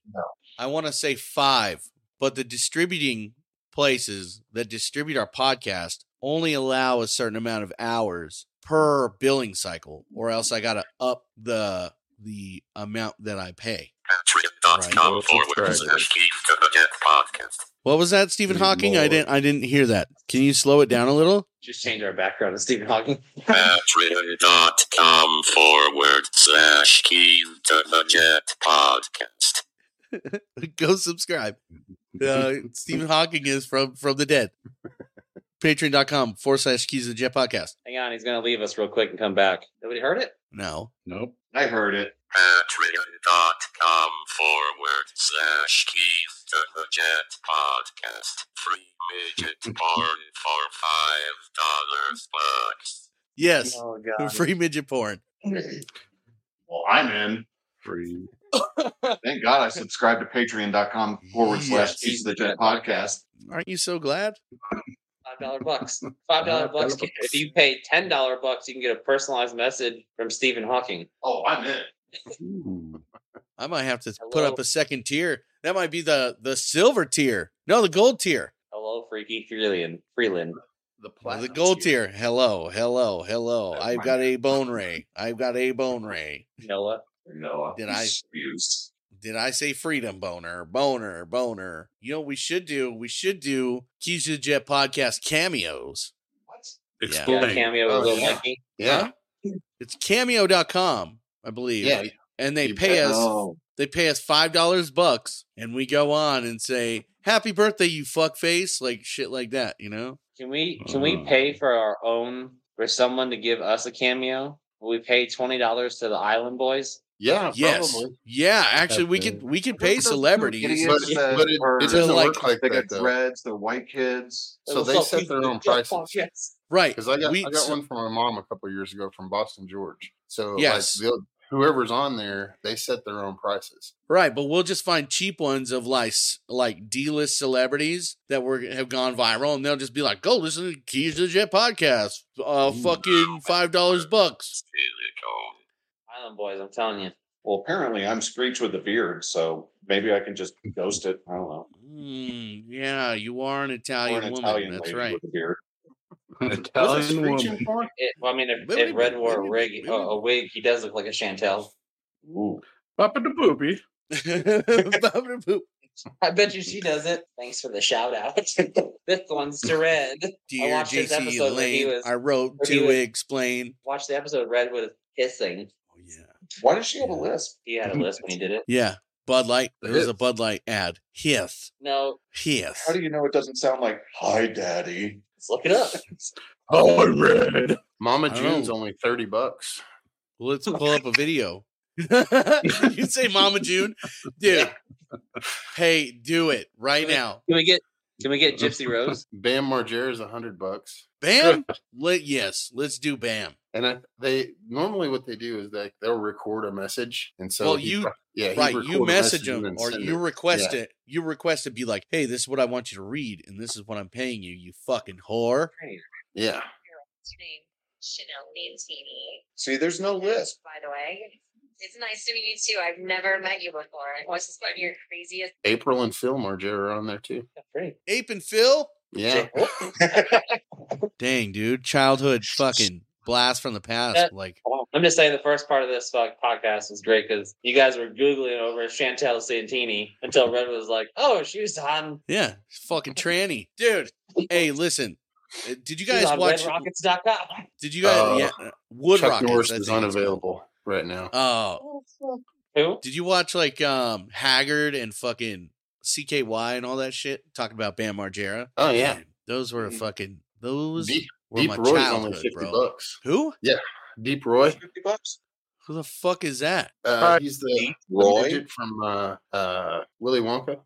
S1: I want to say five, but the distributing places that distribute our podcast only allow a certain amount of hours per billing cycle, or else I got to up the the amount that I pay.
S9: Patreon.com dot com
S2: Right.
S9: forward slash Geek to the Death podcast.
S1: What was that, Stephen
S2: Good
S1: Hawking? I
S2: lord.
S1: didn't. I didn't hear that. Can you slow it down a little?
S4: Just change our background to Stephen Hawking.
S9: Patreon.com forward slash Geek to the Jet podcast.
S1: Go subscribe.
S2: Mm-hmm.
S1: Uh, Stephen Hawking is from from the dead. Patreon.com forward slash Keys of the Jet podcast.
S4: Hang on, he's gonna leave us real quick and come back. Nobody heard it?
S1: No,
S2: Nope.
S3: I heard it.
S9: Patreon.com forward slash Keith to the Jet podcast. Free midget porn for five dollars bucks.
S1: yes,
S4: Oh god.
S1: free midget porn.
S3: Well, I'm in.
S2: Free.
S3: Thank God I subscribed to patreon.com forward slash
S1: Yes.
S3: piece of the jet podcast.
S1: Aren't you so glad?
S4: Five dollar bucks. Five dollar
S2: Five
S4: bucks.
S2: dollar
S4: If you pay ten dollar bucks, you can get a personalized message from Stephen Hawking.
S3: Oh, I'm in.
S2: Ooh.
S1: I might have to put
S4: Hello?
S1: up a second tier. That might be the the silver tier. No, the gold tier.
S4: Hello, freaky Freeland. Freeland.
S5: The
S1: Or the
S5: platinum
S1: gold tier. Hello, hello, hello.
S5: Oh
S1: I've
S5: my
S1: got a bone ray. I've got a bone ray.
S4: Noah.
S3: Noah.
S1: Did I-
S3: Excuse.
S1: Did I say freedom boner? Boner, boner. You know what we should do? We should do Keys to the Jet podcast cameos.
S3: What?
S4: You got a
S2: Explain.
S4: cameo with
S5: Oh,
S4: Lil
S5: yeah.
S4: Mikey.
S5: Yeah.
S1: It's cameo.com, I believe.
S5: Yeah.
S1: And they
S5: You
S1: pay
S5: bet.
S1: us
S3: Oh,
S1: they pay us five dollars bucks and we go on and say, Happy birthday, you fuckface, like shit like that, you know?
S4: Can we can we
S2: Uh.
S4: pay for our own for someone to give us a cameo? Will we pay twenty dollars to the Island Boys?
S5: Yeah.
S1: yes.
S5: Probably.
S1: Yeah, actually we could
S5: Definitely.
S1: we could pay celebrities.
S5: But, but it, it
S3: Or-
S5: doesn't
S1: Like,
S5: work like
S3: they
S5: that
S3: got
S5: though.
S3: dreads. They're white kids.
S5: So they set their own prices.
S4: Yes.
S1: Right.
S5: Because I got
S1: we,
S5: I got
S1: so-
S5: one from my mom a couple years ago from Boston, George. So
S1: Yes.
S5: like they'll- whoever's on there, they set their own prices.
S1: Right, but we'll just find cheap ones of like s- like D list celebrities that were have gone viral, and they'll just be like, "Go listen to Keys to the Jet podcast, uh,
S2: Ooh.
S1: fucking five dollars bucks."
S9: Silicone.
S4: Island Boys, I'm telling you.
S3: Well, apparently I'm Screech with a beard, so maybe I can just ghost it. I don't know.
S1: Mm, yeah, you are an
S3: Or
S1: Italian
S3: an
S1: woman.
S3: Italian
S1: That's
S3: lady
S1: right.
S3: With a beard.
S5: Was it
S2: Italian
S5: screeching
S2: woman.
S5: porn?
S4: It, well, I mean, if,
S1: Maybe-
S4: if Red wore a
S1: maybe-
S4: wig,
S1: maybe-
S4: a, a wig, he does look like a Chantel.
S3: Ooh.
S2: Papa the poopy.
S1: Bop and boop.
S4: I bet you she does it. Thanks for the shout out. this one's to Red.
S1: Dear
S4: watched his
S1: JC
S4: episode where he
S1: Lane,
S4: was-
S1: I wrote
S4: where he
S1: to
S4: was-
S1: explain.
S4: Watch the episode Red was kissing.
S1: Oh yeah,
S3: Why does she have a lisp?
S4: He had a list when he did it.
S1: yeah. Bud Light. It was a
S5: Hits.
S1: Bud Light ad. Hith,
S4: No,
S1: hith.
S3: How do you know it doesn't sound like "Hi, Daddy"?
S4: let's look it up.
S2: Oh, red.
S5: Mama
S1: I don't
S5: June's
S1: know.
S5: only thirty bucks.
S1: Let's pull up a video. you say Mama June, dude. Hey, do it right now,
S4: Can we get can we get Gypsy Rose?
S5: Bam Margera's a hundred bucks.
S1: Bam. Let yes, let's do Bam.
S5: And I, they normally what they do is they they'll record a message, and so
S1: Well,
S5: he
S1: you-
S5: pro- yeah he'd
S1: right,
S5: record
S1: you
S5: a
S1: message
S5: and
S1: them
S5: then
S1: or
S5: send
S1: you
S5: it.
S1: request
S5: Yeah.
S1: it. You request it. Be like, hey, this is what I want you to read, and this is what I'm paying you. You fucking whore.
S5: yeah
S10: What's your name? Chanel Mancini.
S3: See, there's no lisp.
S10: By the way, it's nice to meet you too. I've never met you before. What's one of your craziest?
S5: April and Phil Margera are on there too.
S4: Pretty. Oh,
S1: Ape and Phil.
S5: Yeah,
S1: Dang, dude, childhood fucking blast from the past.
S4: That-
S1: like,
S4: I'm just saying the first part of this fuck podcast was great because you guys were googling over Chantel Santini until Red was like, "Oh, she was on."
S1: yeah, fucking tranny, dude. Hey, listen, uh, did you
S4: she was
S1: guys
S4: on
S1: watch?
S4: RedRockets.com.
S1: Did you guys?
S5: Uh,
S1: yeah, uh, Wood
S5: Chuck
S1: Rockets.
S5: Norris
S1: I
S5: is
S1: think it's called.
S5: unavailable right now.
S1: Oh,
S4: Who?
S1: did you watch like um Haggard and fucking CKY and all that shit talking about Bam Margera?
S5: Oh yeah,
S1: Dude, those were
S4: Mm.
S3: Mhm.
S1: fucking those
S5: Deep,
S1: were
S5: Deep
S1: my
S5: Roy's only
S1: childhood,
S5: fifty
S1: bro.
S5: bucks.
S1: Who?
S5: Deep Roy,
S3: Fifty bucks.
S1: Who the fuck is that?
S5: uh, he's the, the
S3: Roy,
S5: midget from uh, uh, Willy Wonka.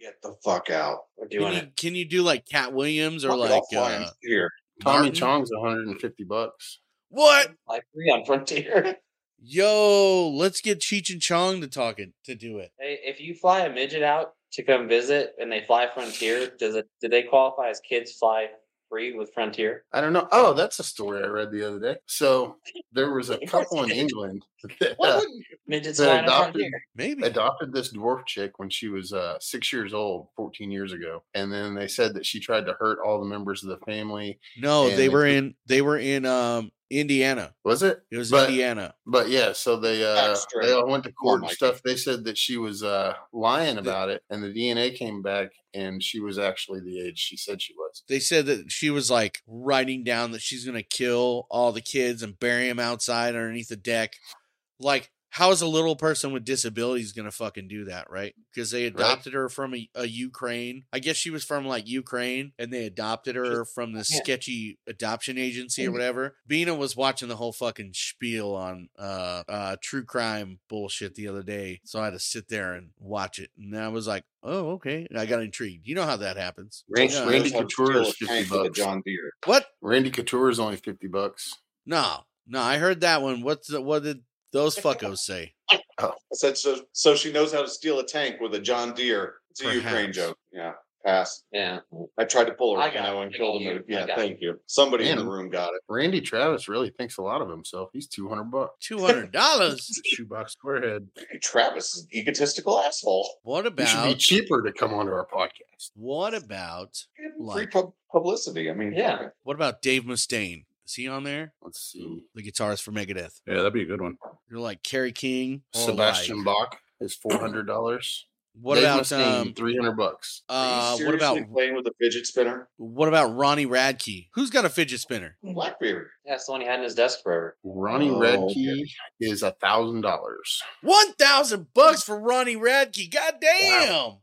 S3: get the fuck out.
S4: We're doing
S1: Can you,
S4: it.
S1: can you do like Cat Williams or
S3: Fuck it,
S1: like
S3: I'll fly
S1: uh,
S3: him here.
S5: Tommy
S1: Martin?
S5: Chong's one hundred and fifty bucks.
S1: what?
S4: Like three on Frontier.
S1: Yo, let's get Cheech and Chong to talking to do it.
S4: Hey, if you fly a midget out to come visit and they fly Frontier, does it? Do they qualify as kids fly free with Frontier?
S5: I don't know. Oh, that's a story I read the other day. So there was a couple in England that
S4: Why
S5: uh,
S4: wouldn't you? Midgets
S5: They
S4: flying on
S5: adopted-
S4: Frontier.
S1: Maybe.
S5: adopted this dwarf chick when she was uh, six years old, 14 years ago. And then they said that she tried to hurt all the members of the family.
S1: No,
S5: and
S1: they
S5: they
S1: were
S5: put-
S1: in they were in um Indiana.
S5: Was it?
S1: It was
S5: But-
S1: Indiana.
S5: But yeah, so they uh,
S3: Extra.
S5: they all went to
S3: More
S5: court and
S3: likely.
S5: stuff. They said that she was uh, lying about it, and the DNA came back, and she was actually the age she said she was.
S1: They said that she was like writing down that she's going to kill all the kids and bury them outside underneath the deck. Like, how is a little person with disabilities going to fucking do that, right? Because they adopted her from a, a Ukraine. I guess she was from like Ukraine and they adopted her from this
S4: yeah.
S1: sketchy adoption agency or
S4: Mhm.
S1: whatever. Bina was watching the whole fucking spiel on uh, uh, true crime bullshit the other day. So I had to sit there and watch it. And I was like, oh, okay. And I got intrigued. You know how that happens.
S3: Randy,
S1: Yeah.
S5: Randy Couture is 50 bucks.
S3: John Deere.
S1: What?
S5: Randy Couture is only fifty bucks.
S1: No, no, I heard that one. What's the, what did those fuckos say?
S3: I said so. So she knows how to steal a tank with a John Deere. It's a Ukraine
S1: Perhaps.
S3: joke. Yeah, pass.
S4: Yeah.
S3: I tried to pull her
S4: I
S3: right
S4: got
S3: now
S4: it.
S3: and
S4: I
S3: killed
S4: got
S3: him.
S4: you. I
S3: Yeah,
S4: got
S3: thank you. Somebody in
S5: Man.
S3: the room got it.
S5: Randy Travis really thinks a lot of himself. He's two hundred bucks.
S1: Two hundred dollars.
S2: Shoebox squarehead.
S3: Travis is an egotistical asshole.
S1: What
S5: He should be
S1: about
S5: cheaper to come onto our podcast.
S1: what about
S3: Free
S1: Like-
S3: pub- publicity. I mean,
S4: Yeah.
S1: what about Dave Mustaine? Is he on there?
S5: Let's see.
S1: The guitarist for Megadeth.
S2: Yeah, that'd be a good one.
S1: You're like Kerry King. or
S5: Sebastian
S1: like-
S5: Bach is four hundred dollars.
S1: What about um?
S5: three hundred bucks?
S1: Uh,
S3: Are you
S1: what about
S3: seriously playing with a fidget spinner?
S1: what about Ronnie Radke? Who's got a fidget spinner?
S3: Blackbeard.
S4: That's the one he had in his desk forever.
S5: Ronnie
S3: Oh,
S5: Radke is a thousand dollars.
S1: One thousand bucks for Ronnie Radke. God damn.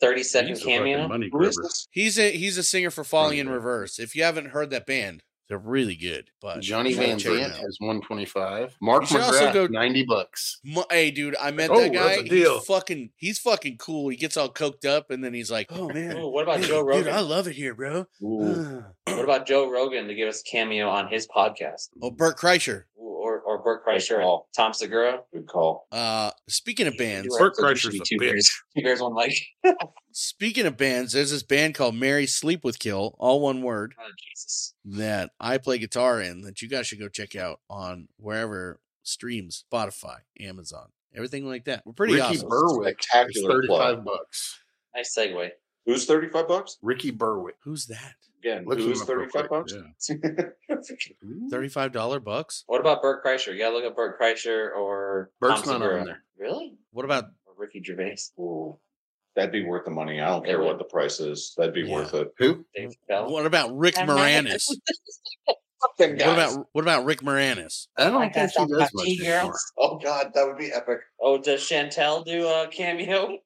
S4: Thirty
S2: Second
S4: second cameo.
S2: Money
S3: Who is
S2: grabber.
S3: this?
S1: He's a he's a singer for Falling in
S2: Radke.
S1: Reverse. If you haven't heard that band, they're really good. But
S5: Johnny
S1: you gotta
S5: Van
S1: check 'em
S5: Zant
S1: out.
S5: has one twenty five. Mark
S1: You should also
S5: McGrath
S1: go-
S5: ninety bucks.
S1: Mu- Hey, dude, I met
S2: Oh,
S1: that guy.
S2: that's a deal.
S1: He's fucking, he's fucking cool. He gets all coked up, and then he's like, "Oh man,
S4: Ooh, what about
S1: man,
S4: Joe Rogan?
S1: dude, I love it here, bro."
S4: what about Joe Rogan to give us a cameo on his podcast?
S1: oh, Burt Kreischer.
S4: Ooh, Or or Burt Kreischer and
S3: call.
S4: Tom Segura?
S3: Good call.
S1: Uh, speaking of bands,
S2: Bert Kreischer's a
S4: two
S2: bitch.
S4: bears. Two bears, one leg.
S1: speaking of bands, there's this band called Mary Sleep with Kill, all one word,
S4: Oh Jesus.
S1: that I play guitar in. That you guys should go check out on wherever streams, Spotify, Amazon, everything like that. We're pretty
S5: Ricky
S1: awesome.
S5: Berwick is
S3: Spectacular
S5: thirty five
S3: plug.
S5: bucks.
S4: Nice segue.
S3: Who's 35 bucks?
S5: Ricky Berwick.
S1: Who's that?
S3: Again,
S5: Look him
S3: who's
S5: up real
S3: 35
S5: quick,
S3: bucks?
S2: Yeah.
S1: Thirty-five dollar bucks.
S4: What about Burt Kreischer? You gotta look at Burt Kreischer or
S5: Bert's
S4: Tom
S5: not
S4: Segura.
S5: on there.
S4: Really?
S1: What about
S4: Or Ricky Gervais?
S3: Ooh, that'd be worth the money. I don't
S4: It
S3: care
S4: would.
S3: what the price is. That'd be
S1: Yeah.
S3: worth it.
S5: Who?
S4: Dave Bell?
S1: what about Rick
S10: I'm not-
S1: Moranis?
S3: Fucking
S1: What about what about Rick Moranis?
S5: Oh, I don't
S10: I
S5: think
S10: got
S5: he does
S10: that about
S5: much
S10: two
S5: anymore.
S10: girls.
S3: Oh God, that would be epic.
S4: Oh, does Chantel do a cameo?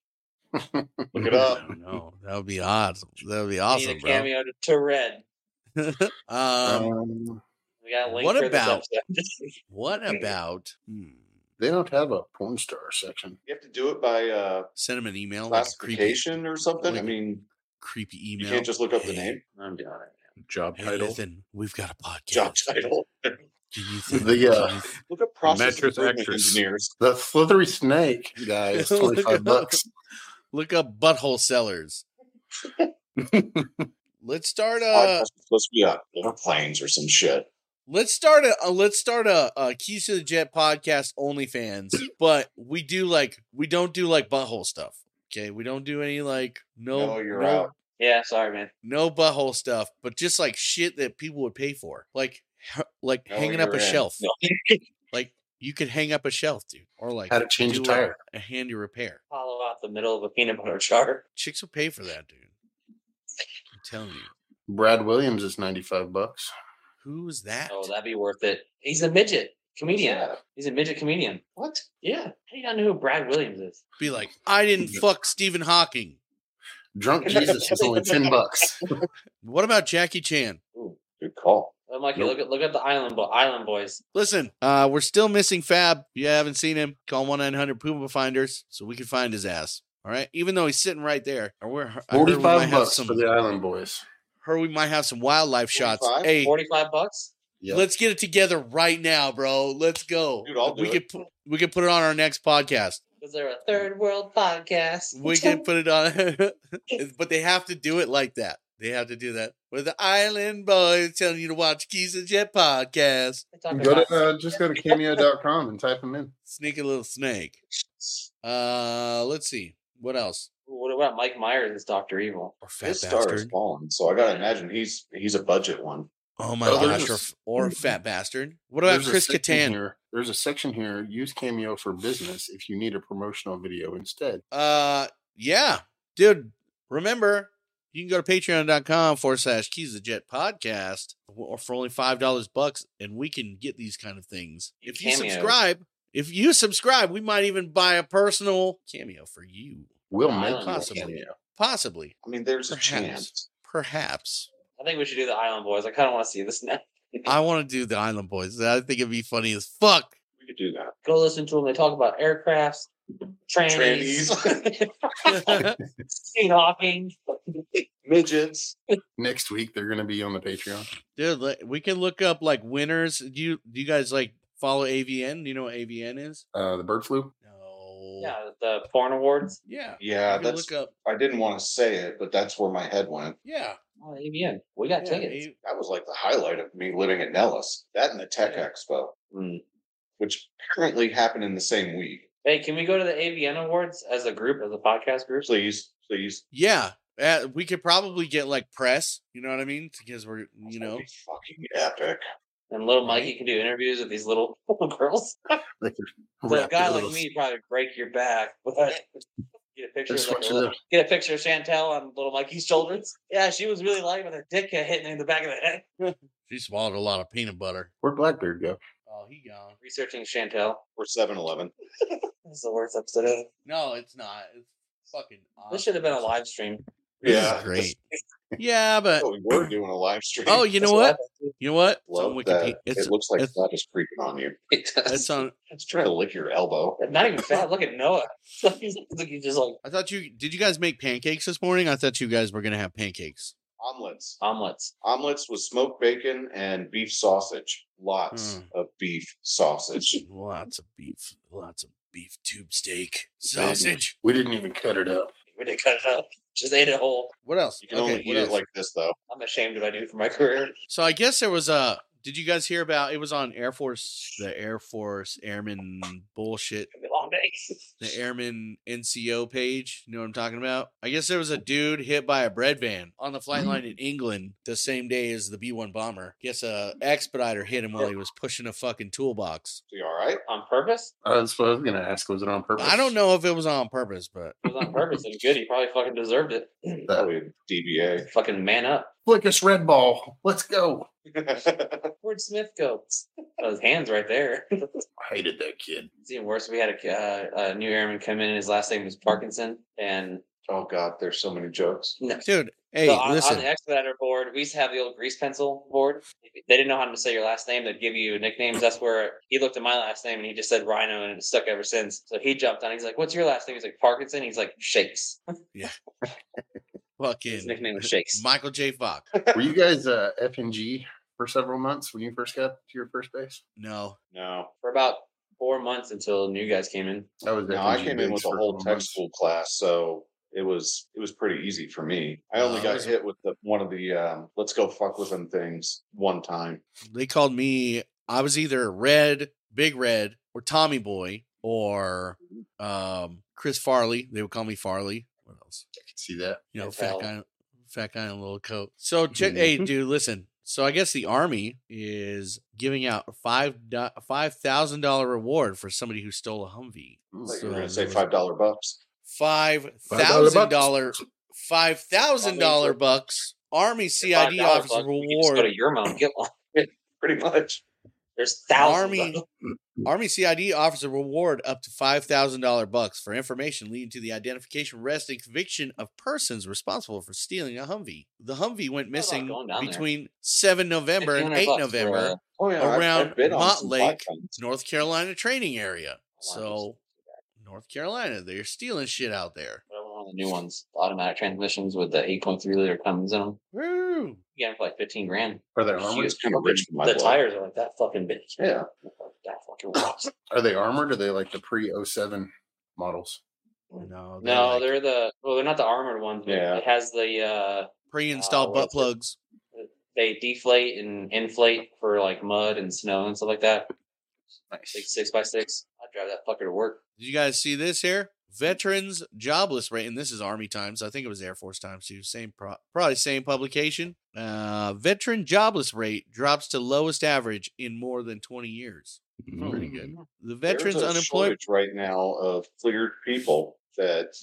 S3: Look it up.
S1: No, that would be awesome. That would be
S4: Need
S1: awesome,
S4: a
S1: bro.
S4: cameo to, to Red.
S1: um,
S5: Um,
S4: We got a link
S1: What
S4: for
S1: about-
S4: this episode.
S1: what about hmm,
S5: they don't have a porn star section.
S3: You have to do it by uh,
S1: send him an email? Like a creepy,
S3: classification or something. I
S1: like,
S3: mean,
S1: creepy
S3: you
S1: email.
S3: can't just look up the
S1: Hey,
S3: name.
S4: I'm doing it.
S2: Job
S1: Hey,
S2: title.
S1: listen, we've got a podcast.
S3: Job title.
S1: Can you think?
S5: The, uh,
S1: can you th-
S3: Look up process
S2: Mattress
S3: improvement
S2: actress.
S3: engineers.
S5: The slithery snake guy is
S1: Look
S5: twenty five
S1: up.
S5: bucks.
S1: look up butthole sellers. let's
S4: Uh,
S1: start
S3: Podcast
S1: a
S3: was supposed to be on airplanes or some shit.
S1: let's start a uh, let's start a, a keys to the jet podcast OnlyFans, but we do like we don't do like butthole stuff. Okay, we don't do any like no
S3: No, Oh, you're
S1: no
S3: out.
S4: Yeah, sorry, man.
S1: no butthole stuff, but just like shit that people would pay for, like h- like
S5: Oh,
S3: No,
S1: hanging up a
S3: you're in.
S1: shelf.
S4: No.
S1: Like you could hang up a shelf, dude, or like
S5: How to change a
S1: do
S5: tire.
S1: a handy repair.
S4: Follow out the middle of a peanut butter jar.
S1: Chicks will pay for that, dude. I'm telling you,
S5: Brad Williams is ninety five bucks.
S1: who is that?
S4: Oh, that'd be worth it. He's a midget comedian. He's a midget comedian. What? Yeah. How do you not know who Brad Williams is?
S1: Be like, I didn't fuck Stephen Hawking.
S5: Drunk Jesus is only ten bucks.
S1: What about Jackie Chan?
S3: Ooh, good call.
S4: Oh, Mikey, look at look at the Island Boy, Island Boys.
S1: Listen, uh, we're still missing Fab. If you haven't seen him, call one nine hundred Puma Finders so we can find his ass. All right, even though he's sitting right there, and we're I heard we
S5: Forty
S1: might
S5: five
S1: have
S5: bucks
S1: some-
S5: for the Island Boys.
S1: heard we might have some wildlife shots.
S3: 45?
S1: Hey,
S4: Forty-five bucks.
S5: Yep.
S1: let's get it together right now, bro. Let's go.
S3: Dude, I'll do
S1: we
S3: it.
S1: could pu- we could put it on our next podcast.
S4: Was there a third world podcast?
S1: We can put it on, but they have to do it like that. They have to do that. With the Island Boys telling you to watch Keys and Jet podcast.
S4: They're talking
S5: Go to,
S4: about-
S5: uh, just go to cameo.com and type them in.
S1: Sneaky little snake. Uh, let's see what else.
S4: what about Mike Myers as Doctor Evil?
S1: Or fat
S3: His star is
S1: bastard.
S3: fallen, so I gotta imagine he's he's a budget one.
S1: Oh my
S5: Oh, there's
S1: gosh,
S5: a
S1: or,
S5: s-
S1: f- or fat bastard. What about
S5: There's a
S1: Chris
S5: section
S1: Kattan?
S5: Here, there's a section here. Use Cameo for business if you need a promotional video instead.
S1: Uh, yeah, dude. Remember, you can go to patreon.com forward slash keys the jet podcast or for only five dollars bucks, and we can get these kind of things. If you
S4: Cameo.
S1: subscribe, if you subscribe, we might even buy a personal cameo for you.
S5: Will
S4: Well, I
S5: make
S4: don't
S5: you a
S1: possibly.
S5: cameo.
S1: Possibly.
S3: I mean, there's
S1: Perhaps.
S3: a chance.
S1: Perhaps.
S4: I think we should do the Island Boys. I kind of want to see this now.
S1: I want to do the Island Boys. I think it'd be funny as fuck.
S3: We could do that.
S4: Go listen to them. They talk about aircrafts, trannies, Stephen Hawking.
S3: Midgets.
S5: Next week they're going to be on the Patreon.
S1: Dude, like, we can look up like winners. Do you do you guys like follow AVN? Do you know what AVN is?
S5: Uh, the bird flu.
S1: No.
S4: Yeah, the porn awards.
S1: Yeah.
S3: Yeah,
S1: you can
S3: that's.
S1: look up.
S3: I didn't want to say it, but that's where my head went.
S1: Yeah.
S4: Oh, ABN. We got
S1: yeah,
S4: tickets.
S1: A-
S3: That was like the highlight of me living in Nellis. That and the Tech Expo,
S4: Mm.
S3: which apparently happened in the same week.
S4: Hey, can we go to the AVN awards as a group, as a podcast group?
S3: Please, please.
S1: yeah. Uh, we could probably get like press, you know what I mean? Because we're, you
S3: That'd
S1: know,
S3: be fucking epic.
S4: And little
S1: Right.
S4: Mikey can do interviews with these little girls.
S5: Like
S4: So a guy like me would probably break your back, but get a picture of
S5: Just
S4: like,
S5: switch
S4: a
S5: it
S4: little-
S5: up.
S4: get a picture of Chantel on little Mikey's shoulders. Yeah, she was really light with her dick hitting her in the back of the head.
S1: she swallowed a lot of peanut butter.
S5: Where'd Blackbeard go?
S1: Oh, he gone.
S4: Researching Chantel.
S3: For 7 Eleven.
S4: This is the worst episode ever.
S1: No, it's not. It's fucking awesome.
S4: This should have been a live stream.
S1: This is
S3: Yeah.
S1: great. yeah, but
S3: Oh, we were doing a live stream.
S1: Uh, oh, you
S4: That's
S1: know what?
S4: I think.
S1: You know what? It's on
S3: Love
S1: Wikipedia.
S3: that.
S1: It's
S3: it looks like
S1: it's-
S3: fat is creeping on you.
S4: It does.
S1: it's on
S3: It's trying to lick your elbow.
S4: Not even fat. Look at Noah. he's, look, he's just like
S1: I thought you did you guys make pancakes this morning? I thought you guys were gonna have pancakes.
S3: Omelets.
S4: omelets.
S3: Omelets with smoked bacon and beef sausage. Lots
S1: Mm.
S3: of beef sausage.
S1: Lots of beef. Lots of beef tube steak. Sausage.
S5: We didn't even cut it up.
S4: We didn't cut it up. Just ate it whole.
S1: What else?
S3: You can only eat
S1: what
S3: it
S1: else?
S3: like this, though.
S4: I'm ashamed of what I do for my career.
S1: so I guess there was a did you guys hear about it was on Air Force the Air Force Airman bullshit
S4: It's gonna be a long day.
S1: the Airman NCO page. You know what I'm talking about? I guess there was
S4: Oh.
S1: a dude hit by a bread van on the flight line in England the same day as the B1 bomber. Guess a expediter hit him while he was pushing a fucking toolbox.
S3: So you all right?
S4: On purpose?
S5: Uh, that's what I was going to ask. Was it on purpose?
S1: I don't know if it was on purpose, but
S4: It was on purpose. It was good. He probably fucking deserved it.
S3: Probably DBA.
S4: fucking man up.
S5: Flick us red ball. Let's go.
S4: Where'd Smith go? Oh, his hands right there. it's
S5: I hated that kid.
S4: even worse. We had a, uh, a new airman come in. His last name was Parkinson. And
S3: oh, God, there's so many jokes.
S4: no,
S1: dude, hey,
S4: So on,
S1: listen.
S4: on the expediter board, we used to have the old grease pencil board. They didn't know how to say your last name. They'd give you nicknames. That's where he looked at my last name and he just said Rhino and it stuck ever since. So he jumped on. He's like, "What's your last name?" He's like Parkinson. He's like Shakes. His
S1: fucking
S4: nickname was Shakes.
S1: Michael J. Fox.
S5: Were you guys uh, F and G for several months when you first got to your first base?
S1: No,
S3: No.
S4: For about four months until new guys came in.
S5: I was.
S3: No, I
S5: F&G
S3: came in
S5: bigs
S3: with a
S5: for
S3: whole
S5: couple
S3: tech
S5: months.
S3: school class, so it was it was pretty easy for me. I only
S1: Uh,
S3: got hit with the, one of the um, "let's go fuck with them" things one time.
S1: they called me. I was either Red, Big Red, or Tommy Boy, or um, Chris Farley. They would call me Farley. What else?
S5: I could see that.
S1: you know,
S4: That's
S1: fat
S4: how-
S1: guy, fat guy in a little coat. So, check, hey, dude, listen. So, I guess the army is giving out a five do- five thousand dollar reward for somebody who stole a Humvee.
S5: Ooh.
S3: Like you
S1: So
S3: were gonna say
S1: there was-
S3: five dollar bucks.
S1: Five
S5: $5,000
S1: thousand dollar, five thousand dollar bucks. Army CID
S4: $5
S1: officer
S4: bucks, we could just Go
S1: reward.
S4: to Yermo and get one.
S3: Pretty much.
S4: There's thousands.
S1: Army-
S4: of them.
S1: Army CID officer reward up to five thousand dollar bucks for information leading to the identification, arrest, and conviction of persons responsible for stealing a Humvee. The Humvee went missing
S4: going down there.
S1: between seven November and
S4: 1500
S1: eight
S4: bucks for,
S1: November.
S4: uh,
S3: Oh yeah, I've-
S1: Around
S3: I've been on some
S1: Montlake.
S3: podcasts.
S1: It's North Carolina training area.
S4: Wow,
S1: So North Carolina, they're stealing shit out there.
S4: whatever one of the new ones, the automatic transmissions with the 8.3 liter comes in them.
S1: Woo!
S4: You get them for like 15 grand.
S5: Are they
S3: He
S5: armored?
S3: was kind of rich for my
S4: the
S3: blood.
S4: tires are like that fucking big.
S3: Yeah.
S4: That fucking rocks.
S5: Are they armored? Are they like the pre 07 models?
S1: No, they're
S4: no,
S1: like
S4: they're the well, they're not the armored ones. But
S3: Yeah.
S4: It has the uh
S1: pre-installed
S4: Uh,
S1: butt
S4: what is it?
S1: plugs.
S4: they deflate and inflate for like mud and snow and stuff like that. Like
S5: Nice.
S4: six by six. I drive that fucker to work.
S1: Did you guys see this here? Veterans jobless rate, and this is Army Times. I think it was Air Force Times too. Same, pro- probably same publication. Uh, veteran jobless rate drops to lowest average in more than twenty years.
S2: Mm-hmm.
S1: Pretty
S5: Hmm.
S1: good. The veterans
S3: There's a
S1: unemployment.
S3: shortage right now of cleared people that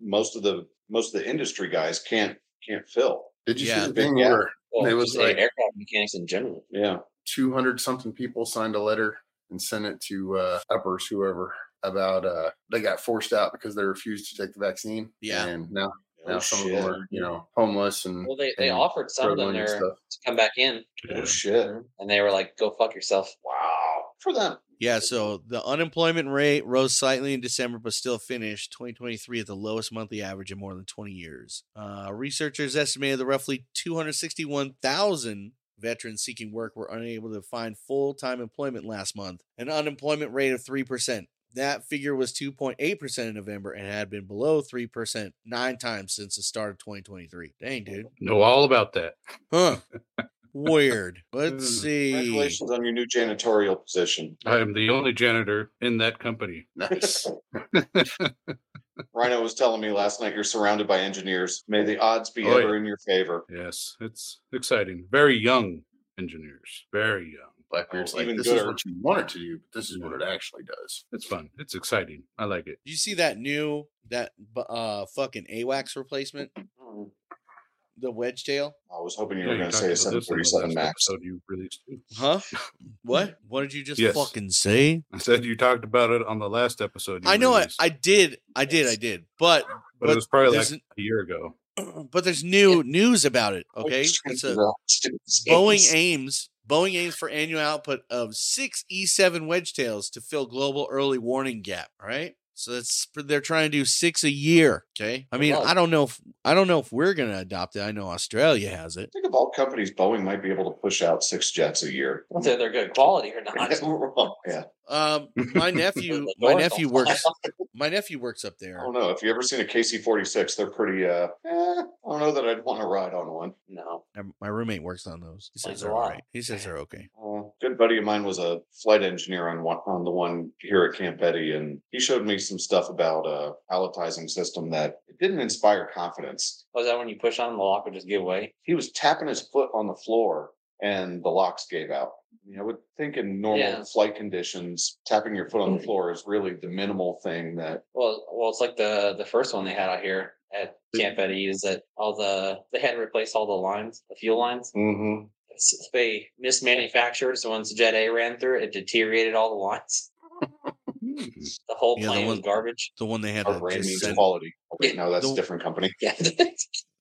S3: most of the most of the industry guys can't can't fill.
S5: Did you
S1: Yeah.
S5: see the thing
S3: Yeah.
S5: where
S4: Well,
S5: It was
S4: just, uh,
S5: like-
S4: aircraft mechanics in general.
S3: Yeah,
S5: 200 something people signed a letter and sent it to uh, uppers, whoever, about uh, they got forced out because they refused to take the vaccine.
S1: Yeah.
S5: And now, now
S3: Oh,
S5: some
S3: shit.
S5: of them are, you know, homeless and
S4: Well, they, they
S5: and
S4: offered some of
S5: struggling
S4: them
S5: and
S4: there
S5: stuff.
S4: to come back in,
S3: Mm-hmm. Oh shit!
S4: and they were like, "Go fuck yourself."
S3: Wow, for them.
S1: Yeah, so the unemployment rate rose slightly in December, but still finished 2023 at the lowest monthly average in more than 20 years. Uh, researchers estimated that roughly 261,000 veterans seeking work were unable to find full time employment last month, an unemployment rate of 3%. That figure was 2.8% in November and had been below 3% nine times since the start of 2023. Dang, dude.
S2: Know all about that.
S1: Huh. Weird. Let's
S2: Mm.
S1: see.
S3: Congratulations on your new janitorial position.
S2: I am the only janitor in that company.
S5: Nice.
S3: Rhino was telling me last night you're surrounded by engineers. May the odds be
S2: Oh,
S3: ever in your favor.
S2: Yes, it's exciting. Very young engineers. Very young.
S5: Blackbeard's
S3: Oh,
S5: like,
S3: even
S5: this is
S3: gooder.
S5: what you want it to do, but this is what it actually does.
S2: It's fun. It's exciting. I like it.
S1: Did you see that new that bu- uh fucking AWACS replacement? Hmm. The wedge tail?
S3: I was hoping you
S2: Yeah,
S3: were
S2: you
S3: going to
S2: talked
S3: say a
S2: about this in the
S3: 747
S2: last
S3: Max.
S2: episode you released.
S1: Huh? What? What did you just
S2: Yes.
S1: fucking say?
S2: I said you talked about it on the last episode. You
S1: I know I,
S2: released,
S1: I did. I did. I did. But
S2: but it was probably like
S1: there's
S2: a year ago.
S1: but there's new news about
S3: Oh,
S1: it, okay? It's a Boeing aims Boeing aims for annual output of 6 E7 wedge tails to fill global early warning gap, all right? So that's they're trying to do 6 a year, okay? I mean,
S4: Wow.
S1: I don't know if I don't know if we're going to adopt it. I know Australia has it.
S3: I think of all companies, Boeing might be able to push out six jets a year.
S4: Whether they're good quality or not.
S3: yeah.
S1: Um, my nephew,
S4: The
S1: my
S4: doors
S1: nephew
S4: don't
S1: works.
S4: fly
S1: My nephew works up there.
S3: I don't know. If you ever seen a KC 46, they're pretty, uh, eh, I don't know that I'd want to ride on one.
S4: No.
S1: And My roommate works on those. He says
S4: Sounds
S1: they're
S4: a
S1: all
S4: lot.
S1: right. He says they're okay.
S3: Uh, good buddy of mine was a flight engineer on one, on the one here at Camp Betty, and he showed me some stuff about a palletizing system that it didn't inspire confidence.
S4: Was that when you push on and the lock would just give way?
S3: He was tapping his foot on the floor, and the locks gave out. I mean, I would think in normal
S4: Yeah. Mm-hmm.
S3: flight conditions, tapping your foot on the floor is really the minimal thing that
S4: Well, well, it's like the the first one they had out here at Camp Eddie is that all the they had to replace all the lines, the fuel lines.
S3: Mhm.
S4: Since They mismanufactured. So once Jet A ran through, it deteriorated all the lines.
S3: Hmm.
S4: The whole
S1: Yeah, the
S4: plane was
S1: one-
S4: garbage.
S1: The one they had
S3: our
S1: to
S3: brand
S1: just
S3: means
S1: send,
S3: quality. Wait, no, that's
S1: The-
S3: a different company.
S4: Yeah.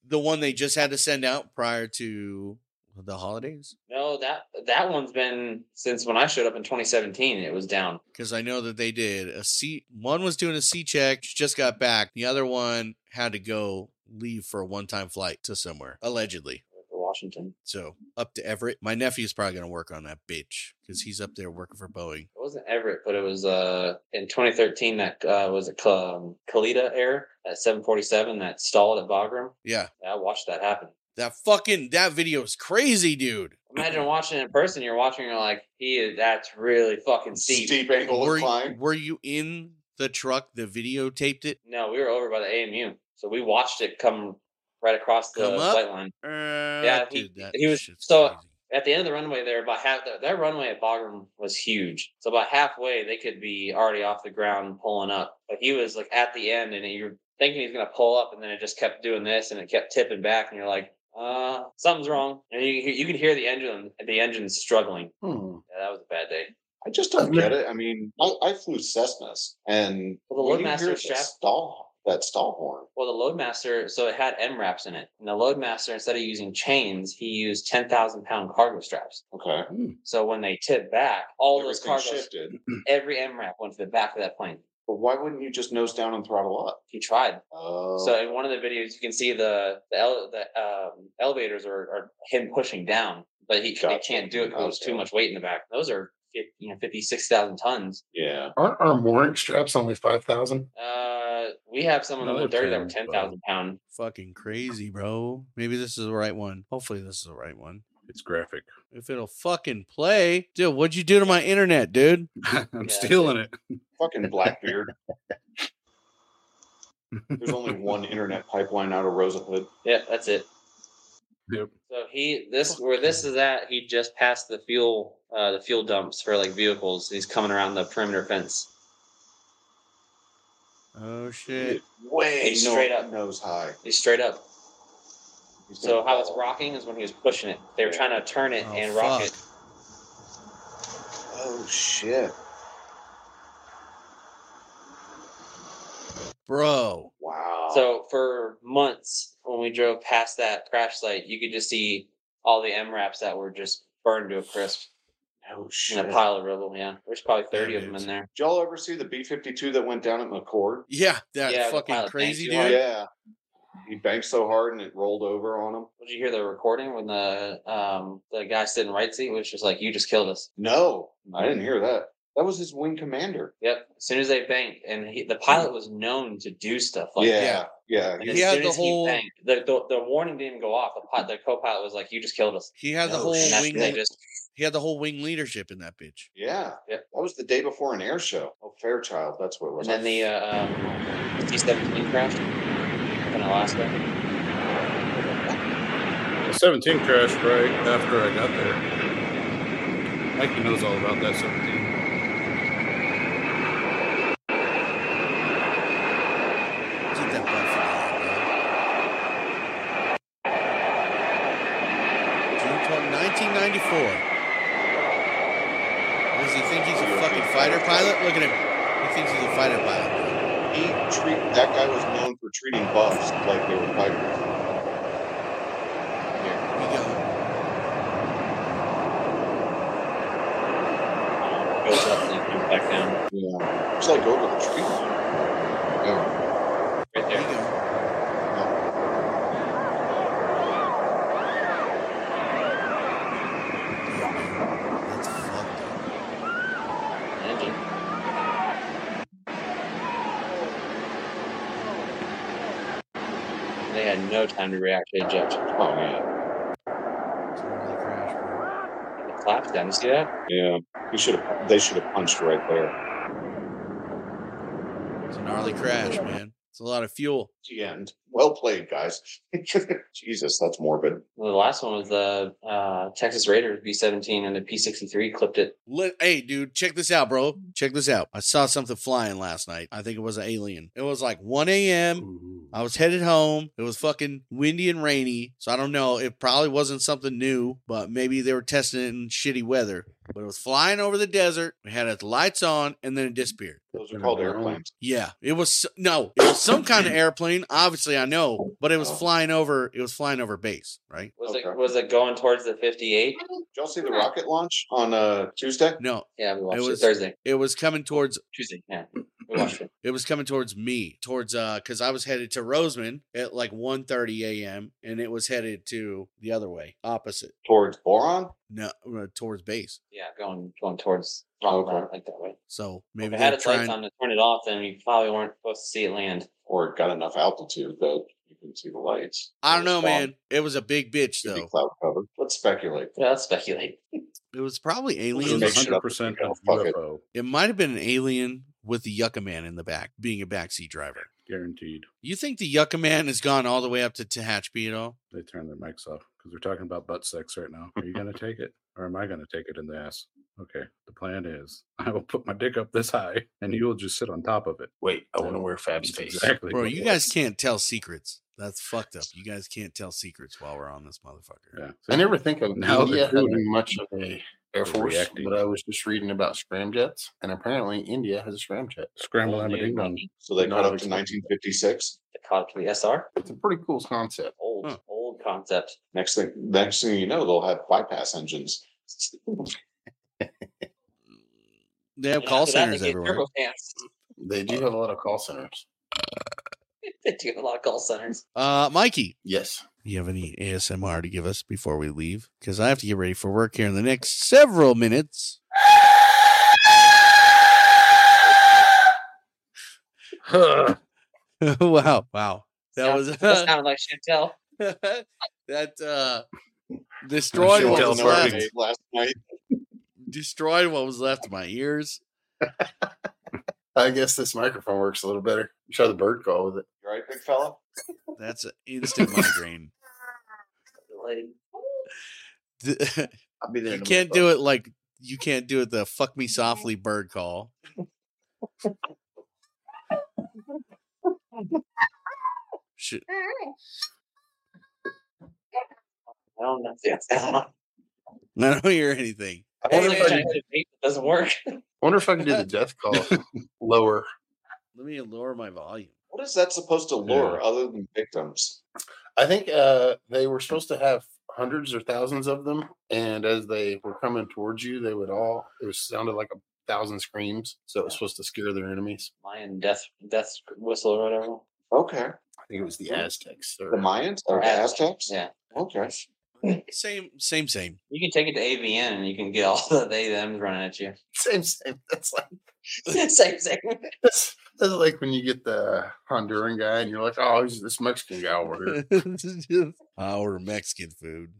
S1: the one they just had to send out prior to the holidays.
S4: no, that that one's been since when I showed up in 2017. It was down.
S1: Because I know that they did a C. One was doing a C check, she just got back. The other one had to go leave for a one time flight to somewhere allegedly.
S4: for Washington.
S1: So up to Everett. My nephew's probably gonna work on that bitch because he's up there working for Boeing.
S4: It wasn't Everett, but it was uh in 2013 that uh, was a um, Kalita error at 747 that stalled at Bagram.
S1: Yeah,
S4: I watched that happen.
S1: that fucking that video is crazy, dude.
S4: Imagine watching it in person. You're watching. You're like, he is. That's really fucking steep.
S3: Steep, angle
S1: were,
S3: incline.
S1: were you in the truck that videotaped it?
S4: No, we were over by the AMU, so we watched it come right across the
S1: Come up?
S4: flight line.
S1: Uh,
S4: Yeah, he-
S1: dude, that
S4: he was-
S1: shit's
S4: so-
S1: crazy.
S4: At the end of the runway, there about half that, that runway at Bagram was huge. So about halfway, they could be already off the ground pulling up. But he was like at the end, and you're thinking he's gonna pull up, and then it just kept doing this, and it kept tipping back, and you're like, uh, something's wrong. And you you can hear the engine the engine struggling.
S5: Hmm.
S4: Yeah, that was a bad day.
S3: I just don't
S5: I've never-
S3: get it. I mean, I, I flew Cessnas, and
S4: Well, the
S3: when you
S4: Loadmaster
S3: hear
S4: is
S3: that
S4: strapped.
S3: stall that stall horn.
S4: Well, the Loadmaster, so it had M wraps in it. And the Loadmaster, instead of using chains, he used 10,000 pound cargo straps.
S3: Okay,
S4: So when they tipped back, all those
S3: everything
S4: cargo,
S3: shifted.
S4: every M wrap went to the back of that plane.
S3: But why wouldn't you just nose down and throttle up?
S4: He tried.
S3: Oh,
S4: So in one of the videos, you can see the the, ele- the um, elevators are, are him pushing down, but he they
S3: Gotcha.
S4: can't do it because there's too
S3: Okay.
S4: much weight in the back. Those are fif- you know 56,000 tons.
S3: yeah.
S5: Aren't our mooring straps only 5,000?
S4: Uh, we have some of them
S2: Another
S4: were 30 that were
S2: 10,
S4: 10,000 pound.
S1: fucking crazy, bro. Maybe this is the right one. Hopefully, this is the right one.
S2: It's graphic.
S1: If it'll fucking play, dude, what'd you do to my internet, dude?
S2: I'm
S4: Yeah.
S2: stealing it.
S3: Fucking Blackbeard. There's only one internet pipeline out of Rosa Hood.
S4: Yeah, that's it.
S2: Yep.
S4: So he this where this is at. He just passed the fuel uh, the fuel dumps for like vehicles. He's coming around the perimeter fence.
S1: Oh shit!
S3: Way
S4: He's straight up.
S3: nose high.
S4: He's straight up.
S3: He's
S4: So
S3: gonna
S4: how it's
S3: fall.
S4: rocking is when he was pushing it. They were trying to turn it
S1: Oh,
S4: and rock it.
S1: fuck.
S3: Oh shit!
S1: Bro,
S3: Wow.
S4: So for months, when we drove past that crash site, you could just see all the M wraps that were just burned to a crisp
S3: oh
S4: in a
S3: shit.
S4: pile of rubble. Yeah, there's probably thirty of them in there.
S3: Did y'all ever see the B fifty two that went down at McCord? Oh,
S1: yeah, that
S4: Yeah, the
S1: fucking
S4: pilot
S1: crazy
S4: thank you.
S1: dude.
S3: Yeah. He banked so hard and it rolled over on him.
S4: Did you hear the recording when the um the guy sitting right seat was just like, "You just killed us."
S3: No, I didn't hear that. That was his wing commander.
S4: Yep. As soon as they banked, and he, the pilot was known to do stuff like that.
S3: yeah, yeah,
S4: And
S1: He
S4: as
S1: had
S4: soon
S1: the
S4: as
S1: whole-
S4: he banked, the, the the warning didn't go off. The pilot, the co-pilot was like, "You just killed us."
S1: He had the
S3: No
S1: whole
S4: And that's
S1: wing.
S4: they just
S1: He had the whole wing leadership in that bitch.
S3: yeah,
S4: Yeah.
S3: That was the day before an air show. Oh, Fairchild, that's what it was.
S4: and then the uh, um, T-17 crashed in Alaska.
S2: 17 crashed right after I got there. Mikey knows all about that 17.
S1: Get that buffalo. June 12, 1994. Does he think he's a fucking fighter pilot? Look at him. He thinks he's a fighter pilot.
S4: uh,
S3: he treat, that guy was known for treating buffs like they were fighters.
S1: Here we go.
S4: goes up and then comes back down.
S3: Yeah, it's like over the tree line. Yeah.
S4: Right
S1: Here we
S4: there.
S1: go. That's fucked up.
S4: Engine. They had no time to react to the judge.
S3: Oh yeah,
S1: Totally crashed, bro.
S4: It claps down. You see that?
S3: yeah. He should have. They should have punched right there.
S1: It's a gnarly crash, man. It's a lot of fuel.
S3: The end. Well played, guys. Jesus, that's morbid.
S4: Well, the last one was the uh, Texas Raiders B seventeen and the P sixty three clipped it.
S1: Let, hey, dude, check this out, bro. Check this out. I saw something flying last night. I think it was an alien. It was like 1 a.m.
S2: Ooh.
S1: I was headed home. It was fucking windy and rainy. So I don't know. It probably wasn't something new, but maybe they were testing it in shitty weather. But it was flying over the desert. It had its lights on and then it disappeared.
S3: Those are called airplanes.
S1: Yeah, it was no, it was some kind of airplane. Obviously, I know, but it was flying over. It was flying over base, right?
S4: Was
S3: Okay.
S4: it was it going towards the fifty eight?
S3: Did y'all see
S1: Hmm.
S3: the rocket launch on uh, Tuesday?
S1: No,
S4: Yeah, we watched it,
S1: was-
S4: Thursday,
S1: it was coming towards
S4: Tuesday. Yeah, we watched it.
S1: it was coming towards me towards uh because i was headed to roseman at like 1 a.m and it was headed to the other way opposite
S3: Towards Boron?
S1: no uh, towards base
S4: Yeah, going going towards wrong
S3: Okay.
S4: route, like that way.
S1: so
S4: Maybe
S1: maybe
S4: if it
S1: they
S4: had
S1: were
S4: its lights
S1: trying
S4: on to turn it off, then you probably weren't supposed to see it land.
S3: Or it got enough altitude that you can see the lights.
S1: i don't know
S3: Boron
S1: man it was a big bitch
S3: Could be
S1: though
S3: cloud covered. Let's speculate.
S4: Yeah, let's speculate.
S1: it was probably
S2: It
S1: aliens
S2: was
S3: Make shit up
S2: 100%
S3: if you
S2: of
S3: don't. Fuck it.
S2: UFO,
S1: it might have been an alien with the yucca man in the back being a backseat driver
S2: guaranteed.
S1: you think the yucca man has gone all the way up to tehachapi at all
S2: They turned their mics off because we're talking about butt sex right now. Are you going to take it or am I going to take it in the ass? Okay, the plan is I will put my dick up this high and you will just sit on top of it.
S5: Wait, I want to
S2: So,
S5: wear Fab's
S2: That's
S5: face.
S2: Exactly.
S1: bro
S2: what
S1: you
S2: it
S1: guys
S2: was.
S1: can't tell secrets that's fucked up you guys can't tell secrets while we're on this motherfucker
S2: Yeah.
S5: I never think of
S2: Now they're
S5: India
S2: doing
S5: having much of a air
S2: They're
S5: force,
S2: reacting.
S5: but I was just reading about scramjets, and apparently India has a scramjet.
S2: Scramble
S4: Old
S2: a
S4: dude
S2: ding dong.
S4: monkey
S3: So they
S5: No,
S3: cut up
S5: it's-
S3: to 1956.
S4: that caught up to the SR.
S5: It's a pretty cool concept.
S4: Old
S1: Huh.
S4: old concept.
S3: Next thing, next thing you know, they'll have bypass engines.
S1: they have
S4: And
S1: call
S4: after that, they
S1: centers
S4: get
S1: everywhere
S4: turbofans.
S5: They do have a lot of call centers.
S4: they do have a lot of call centers.
S1: uh mikey
S5: Yes.
S1: you have any ASMR to give us before we leave? Because I have to get ready for work here in the next several minutes.
S2: Huh.
S1: wow, wow, that
S4: Sound-
S1: was
S4: that sounded like Chantel.
S1: that uh, destroyed what
S2: Chantel
S1: was
S2: Party.
S1: left.
S3: last night.
S1: Destroyed what was left of my ears.
S5: I guess this microphone works a little better. Try the bird call with it.
S3: You're right, big fella?
S1: That's an instant migraine. Th-
S5: I'll be there.
S1: you can't do it like you can't do it the fuck me softly bird call. Shit.
S4: I don't know. I
S1: I don't hear anything.
S4: don't
S5: wonder
S4: know
S5: if I
S4: if I
S5: can-
S4: did it doesn't work.
S5: wonder if I can do the death call lower.
S1: Let me lower my volume.
S3: What is that supposed to lure other than victims?
S5: I think uh, they were supposed to have hundreds or thousands of them, and as they were coming towards you, they would all. It was sounded like a thousand screams, so it was supposed to scare their enemies.
S4: Mayan death death whistle or whatever.
S3: Okay.
S5: I think it was the Aztecs. Or,
S3: The Mayans or Aztecs?
S4: Yeah.
S3: Okay.
S1: Same, same, same.
S4: You can take it to AVN and you can get all the they them running at you.
S5: same, same. That's like
S4: same thing.
S5: that's, that's like when you get the Honduran guy, and you're like, "Oh, he's this Mexican guy over here."
S1: Our Mexican food.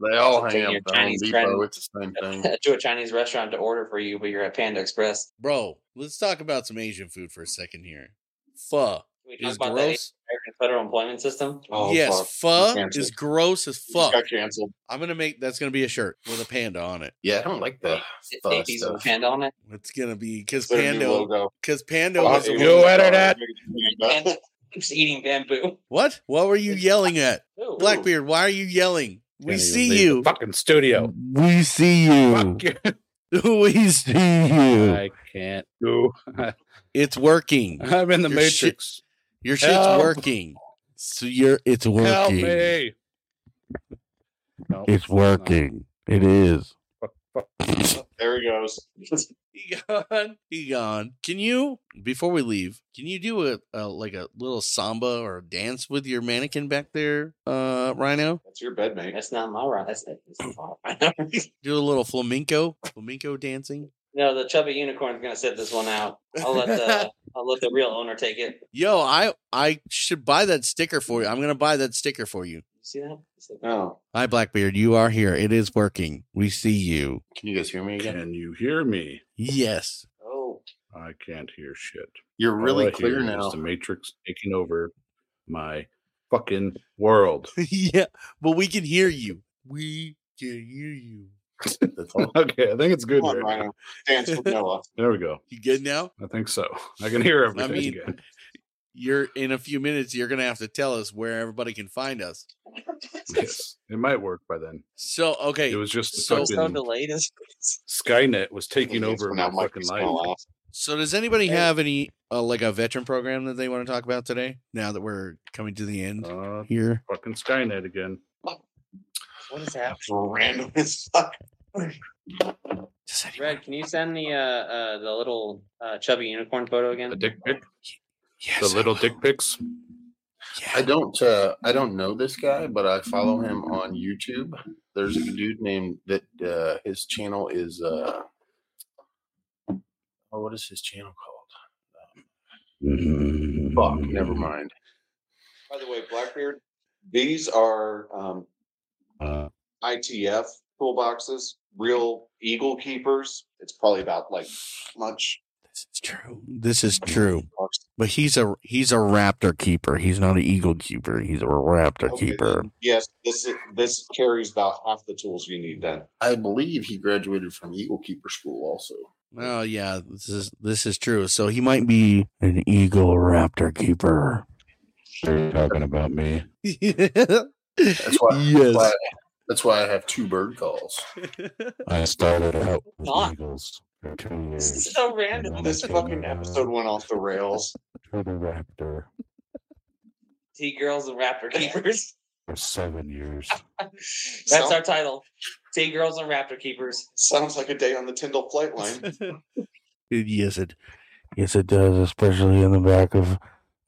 S5: They all
S4: Take
S5: hang out
S4: your
S5: at the Home
S4: Chinese
S5: Depot.
S4: friend.
S5: It's the same
S1: Um,
S5: thing.
S4: to a Chinese restaurant to order for you, but you're at Panda Express.
S1: Bro, let's talk about some Asian food for a second here. Pho
S4: Can we talk
S1: is
S4: about the American
S1: gross.
S4: federal employment system?
S3: Oh,
S1: yes,
S3: fuck.
S1: pho
S3: Canceled.
S1: is gross as fuck.
S3: Got canceled.
S1: I'm gonna make that's gonna be a shirt with a panda on it.
S5: Yeah, I don't like the
S4: Did
S5: pho
S4: they use a
S5: stuff.
S4: Panda on it.
S1: It's gonna be because
S3: Is there a new
S1: Pando
S3: logo?
S1: because Pando
S3: Oh,
S1: was
S3: it
S1: the
S3: was
S1: one-
S3: a
S2: edit
S3: star.
S2: it.
S4: Panda keeps eating bamboo.
S1: what? What were you yelling at?
S4: Ooh.
S1: Blackbeard, why are you yelling? We
S2: Can't even
S1: see
S2: leave the
S1: you.
S2: Fucking studio.
S7: We see you.
S2: Fuck you.
S1: we see you.
S2: I can't go.
S1: It's working.
S2: I'm in the
S1: Your shit-
S2: matrix.
S1: Your shit's
S2: Help.
S1: working. So you're it's working.
S2: Help me. No,
S7: It's working. It is.
S3: There he goes.
S1: He gone. He gone. Can you before we leave? Can you do a, a like a little samba or a dance with your mannequin back there, uh, Rhino?
S3: That's your bed, mate.
S4: That's not my right. That's, that's not my
S1: Do a little flamenco, flamenco dancing.
S4: No, the chubby unicorn's gonna sit this one out. I'll let the I'll let the real owner take it. You
S1: Yo, I I should buy that sticker for you. I'm gonna buy that sticker for you.
S4: see that? It's like-
S3: No.
S1: Hi, Blackbeard. You are here. It is working. We see you.
S5: Can you guys hear me again?
S2: Can you hear me?
S1: Yes.
S4: Oh,
S2: I can't hear shit.
S5: You're really
S2: All I
S5: clear
S2: hear is
S5: now.
S2: The Matrix taking over my fucking world.
S1: yeah, but we can hear you. We can hear you.
S5: That's all.
S2: okay, I think it's good.
S3: Come on,
S2: right now.
S3: Rhino. Dance with Noah.
S2: There we go.
S1: You good now?
S2: I think so. I can hear everything
S1: mean-
S2: again.
S1: You're in a few minutes. You're gonna have to tell us where everybody can find us.
S2: Yes, it might work by then.
S1: So okay,
S2: It was just the
S1: so-
S2: fucking
S4: so delayed. Is
S2: Skynet was taking
S3: Dance
S2: over
S3: when
S2: my
S3: I'm like,
S2: fucking
S3: he's gonna
S2: life.
S3: laugh.
S1: So does anybody have any uh, like a veteran program that they want to talk about today? Now that we're coming to the end
S2: Uh,
S1: here,
S2: fucking Skynet again.
S4: what is that?
S3: Random as fuck.
S1: Does anyone-
S4: Red, can you send the uh, uh the little uh, chubby unicorn photo again?
S2: The dick pic,
S1: Yes,
S2: the
S1: I
S2: little
S1: will.
S2: dick pics.
S1: Yeah.
S5: I don't uh I don't know this guy, but I follow him on YouTube. There's a dude named that uh his channel is uh oh what is his channel called? Fuck,
S2: Mm.
S5: never mind.
S3: By the way, Blackbeard, these are um,
S2: Uh,
S3: ITF toolboxes, real eagle keepers. It's probably about like much.
S1: This is true. This is true. But he's a he's a raptor keeper. He's not an eagle keeper. He's a raptor
S3: Okay,
S1: keeper.
S3: Yes, this is, this carries about half the tools you need then.
S5: I believe he graduated from Eagle Keeper School also.
S1: Oh yeah, this is this is true. So he might be an eagle raptor keeper.
S2: you're talking about me.
S5: That's why that's why,
S1: yes.
S5: that's why I have two bird calls.
S2: I started out
S4: with Not.
S2: Eagles for two
S4: This is so random.
S3: This fucking episode went off the rails.
S2: Raptor
S4: T girls and raptor keepers.
S2: for seven years.
S4: That's
S3: Sound-
S4: our title. T girls and raptor keepers.
S3: Sounds like a day on the Tyndall flight line.
S1: yes, it
S7: Yes, it does, especially in the back of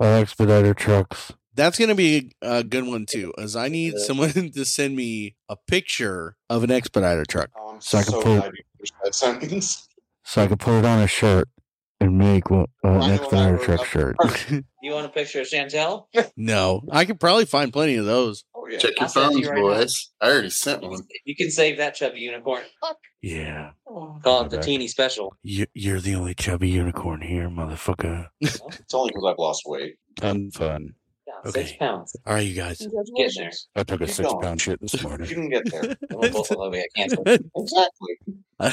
S7: our expediter trucks.
S1: That's gonna be a good one too, as I need someone to send me a picture of an expediter truck.
S3: Oh, I'm
S7: So I can
S3: so
S7: pull-
S3: glad you finished that sentence.
S7: So I could put it on a shirt and make one, uh,
S3: I
S7: an
S3: know that
S7: expediter
S3: road
S7: truck
S3: up
S7: shirt.
S4: You want a picture of Chantel?
S1: No, I could probably find plenty of those.
S4: Oh,
S3: yeah.
S5: Check your
S4: I'll send
S5: phones,
S4: you right now.
S5: boys. I already sent one.
S4: You can save that chubby unicorn.
S7: Yeah.
S4: Call it the teeny special.
S7: You- You're the only chubby unicorn here, motherfucker.
S3: It's only because I've lost weight.
S7: Ton fun.
S4: Yeah,
S7: Okay.
S4: Six pounds.
S7: All right, you guys.
S4: Getting there.
S7: I took a
S3: Keep
S7: six
S3: going.
S7: pound shit this morning.
S3: You can get there.
S4: I won't both love it. I canceled.
S3: Exactly.
S7: I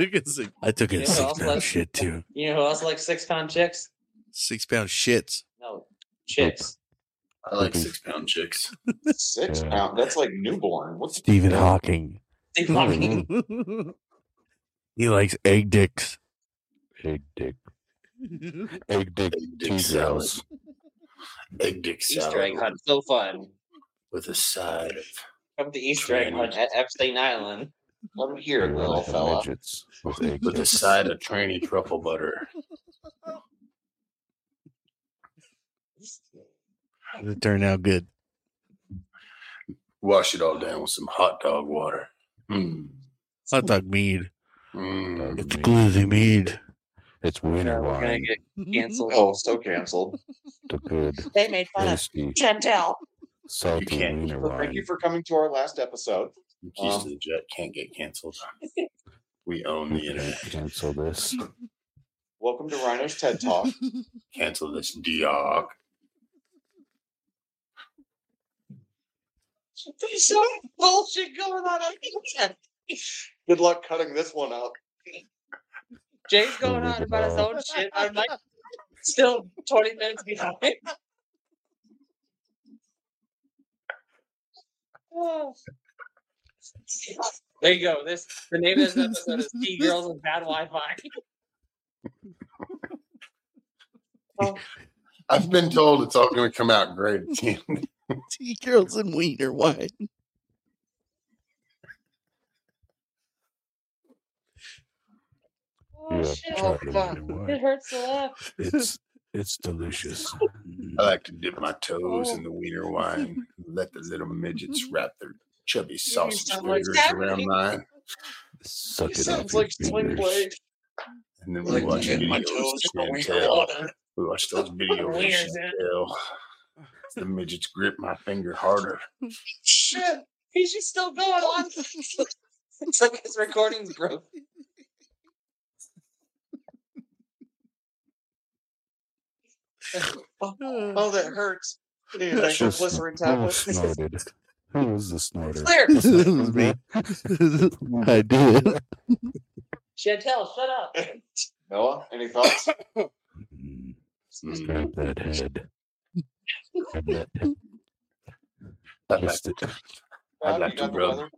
S7: took a six. I took
S4: You know
S7: a
S4: what
S7: six
S4: else
S7: pound
S4: left?
S7: shit too.
S4: You know who else likes six pound chicks?
S1: Six pound shits.
S4: No, chicks.
S5: I like six pound chicks.
S3: Six
S7: Yeah.
S3: pound. That's like newborn. What's
S7: Stephen Hawking.
S4: They
S7: Mm-hmm.
S4: fucking-
S7: he likes egg dicks. Egg dick. Egg dick.
S5: Egg dick salad.
S7: T-cells.
S5: Egg dick
S4: Easter egg
S5: salad
S4: hunt. So fun.
S5: with a side of
S4: Come to Easter egg hunt at Epstein Island.
S3: Come here, little fella.
S7: midgets with egg
S5: with a
S7: dicks.
S5: side of tranny truffle butter.
S1: It turned out good.
S5: Wash it all down with some hot dog water. Mm.
S1: Hot dog mead.
S5: Mm.
S7: It's glizzy mead. It's winter
S4: We're gonna
S7: wine.
S4: get canceled.
S3: Oh, so canceled.
S7: The good,
S10: Mm-hmm. They made fun of
S7: tasty,
S10: Chantel.
S7: salty
S5: can't
S7: wiener
S3: Well, thank
S7: wine.
S3: you for coming to our last episode.
S5: The Keys to
S3: Um,
S5: the jet can't get canceled. We own the
S7: You can't
S5: internet.
S7: cancel this.
S3: Welcome to Rhino's TED Talk.
S5: Cancel this dog.
S10: There's so much bullshit going on. on the internet.
S3: Good luck cutting this one up.
S10: Jay's going on about his own shit. I'm like, still 20 minutes behind. Oh.
S4: There you go. This the name of this episode is T Girls with Bad Wi Fi.
S5: I've been told it's all going to come out great. at the end.
S1: Tea girls and wiener wine.
S10: Oh,
S7: You have
S10: shit.
S7: tried a wiener
S10: It
S7: wine.
S10: hurts to laugh.
S7: It's Oh, it's delicious. Mm-hmm.
S5: I like to dip my toes in the wiener wine. Let the little midgets wrap their chubby sausage
S10: sound like
S5: fingers
S10: Saturday.
S5: around mine,
S7: Suck
S3: It
S7: it up.
S3: sounds
S7: you
S3: like Sling
S7: fingers.
S3: Blade.
S5: and then we
S3: Like to
S5: watch
S3: dip my toes
S5: videos.
S3: in
S5: of
S3: the wiener
S5: Chantel.
S3: wine.
S5: We watch those videos. of
S10: Wiener's in.
S5: Chantel. The midgets grip my finger harder.
S10: Shit. He's just still going on.
S4: It's like this recording's broken.
S3: Oh, that hurts. Need an
S7: That's
S3: extra
S7: just-
S3: glycerin
S7: who was
S3: tablet.
S7: snorted? Who was the snorter?
S10: Clear.
S1: This is me. I did.
S10: Chantel, shut up.
S3: Noah, any thoughts?
S7: Mm,
S5: Mm.
S7: Grab that head. Grab that head.
S5: I'd like
S7: Twist it.
S5: I'd
S3: Rob,
S5: like
S3: you
S5: to
S3: got the
S5: rub
S3: weather?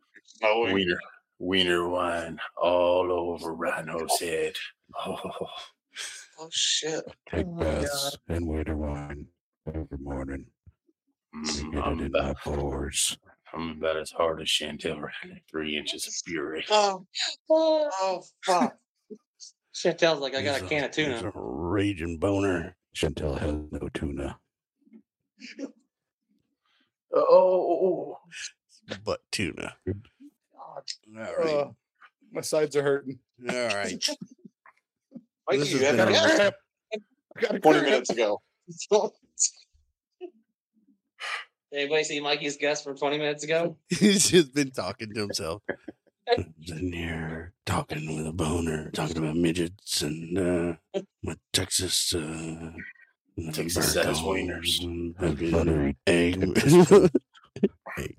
S3: Oh,
S5: wiener, wiener wine all over Rhino's head. Oh,
S3: oh shit.
S7: Take
S10: Oh my
S7: baths and waiter wine every morning. To
S5: mm,
S7: get it
S5: I'm,
S7: in
S5: about,
S7: my pores.
S5: I'm about as hard as Chantel Riley, three inches of fury.
S3: Oh,
S10: Oh,
S3: oh fuck.
S4: Chantel's like, I got a
S7: He's
S4: can of
S7: he's
S4: tuna.
S7: a raging boner. Chantel has no tuna,
S5: Oh,
S1: But tuna. All right.
S11: Uh, my sides are hurting.
S1: All right.
S3: Mikey,
S1: This
S3: you
S1: has
S3: had
S1: been
S3: that
S1: a-
S11: Gotta
S3: 20
S11: clear it.
S3: minutes ago.
S4: Did anybody see Mikey's guest from 20 minutes ago?
S1: He's just been talking to himself.
S7: sitting here talking with a boner, talking about midgets and uh, my Texas. Uh,
S5: Texas ass wieners.
S7: buttery egg, egg,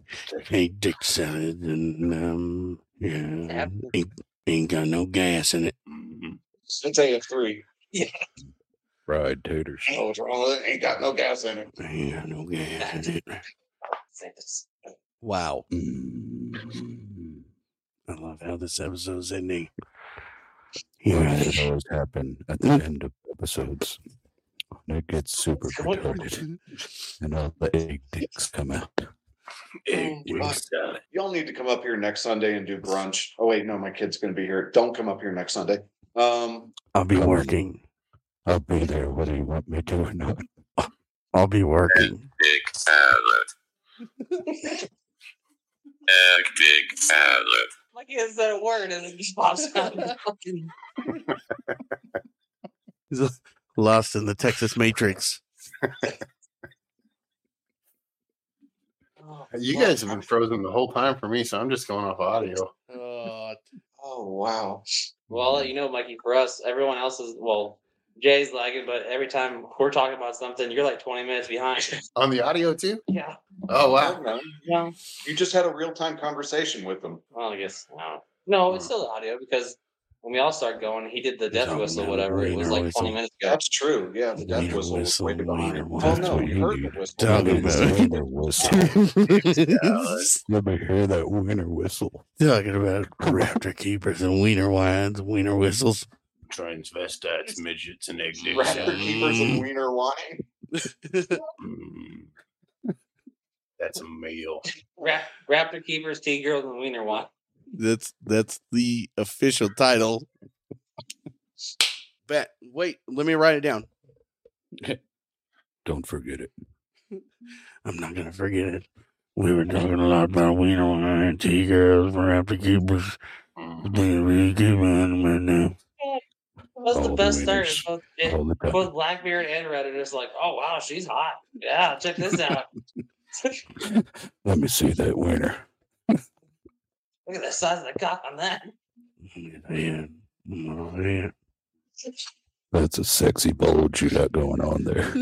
S7: egg dick salad, and um, yeah,
S4: Yep.
S7: ain't, ain't got no gas in it.
S5: Mhm.
S3: Since AF3.
S7: Fried taters.
S3: Oh, what's wrong with it? Ain't got no gas in it.
S7: Ain't got no gas in it.
S1: Wow.
S7: Mm. I love how this episode's ending. You know, that always happen at the end of episodes. It gets super retarded, and all the egg dicks come out.
S5: Egg
S3: Oh,
S5: dick
S3: fuck.
S5: salad.
S3: Y'all need to come up here next Sunday and do brunch. Oh, wait, no, my kid's going to be here. Don't come up here next Sunday. Um,
S7: I'll be
S5: Come.
S7: working. I'll be there whether you want me to or not. I'll be working.
S9: Egg salad. Egg dick salad.
S10: Mikey has said a word and it just pops out. Fucking
S1: He's lost in the Texas Matrix.
S10: Oh,
S5: You guys have been frozen the whole time for me, so I'm just going off audio.
S1: Oh,
S4: oh wow. Well, you know, Mikey, for us, everyone else is well. Jay's lagging, but every time we're talking about something, you're like 20 minutes behind.
S5: On the audio too?
S4: Yeah.
S5: Oh wow.
S4: No,
S3: you just had a real time conversation with them.
S4: Well, I guess no. No, it's still audio because when we all start going, he did the death whistle, whatever. It was
S3: wiener
S4: like 20
S3: whistle.
S4: minutes ago. That's
S3: true. Yeah, the
S4: death
S3: whistle was way behind.
S7: whistle.
S3: Oh no, you heard the whistle.
S7: Talking about wiener
S1: whistle.
S7: Let me hear that wiener whistle.
S1: Talking about raptor keepers and wiener wines, wiener whistles.
S2: Transvestites, midgets, and egg
S3: Raptor keepers and wiener wine.
S9: Mm.
S2: That's a meal.
S4: Rap- Raptor keepers, T girls, and wiener one.
S1: That's that's the official title. Bet. Wait, let me write it down.
S7: Don't forget it.
S1: I'm not gonna forget it.
S7: We were talking a lot about wiener wine, T girls, raptor keepers.
S3: Mm.
S7: Being really good man, man now.
S4: That's the
S7: All the
S4: best start.
S7: wieners.
S4: Both, it-
S7: All the time.
S4: both Blackbeard and Reddit is like, oh wow, she's hot. Yeah, check this out.
S7: Let me see that wiener.
S4: Look at the size of the cock on that.
S7: Yeah. Oh, yeah. That's a sexy bulge you got going on there.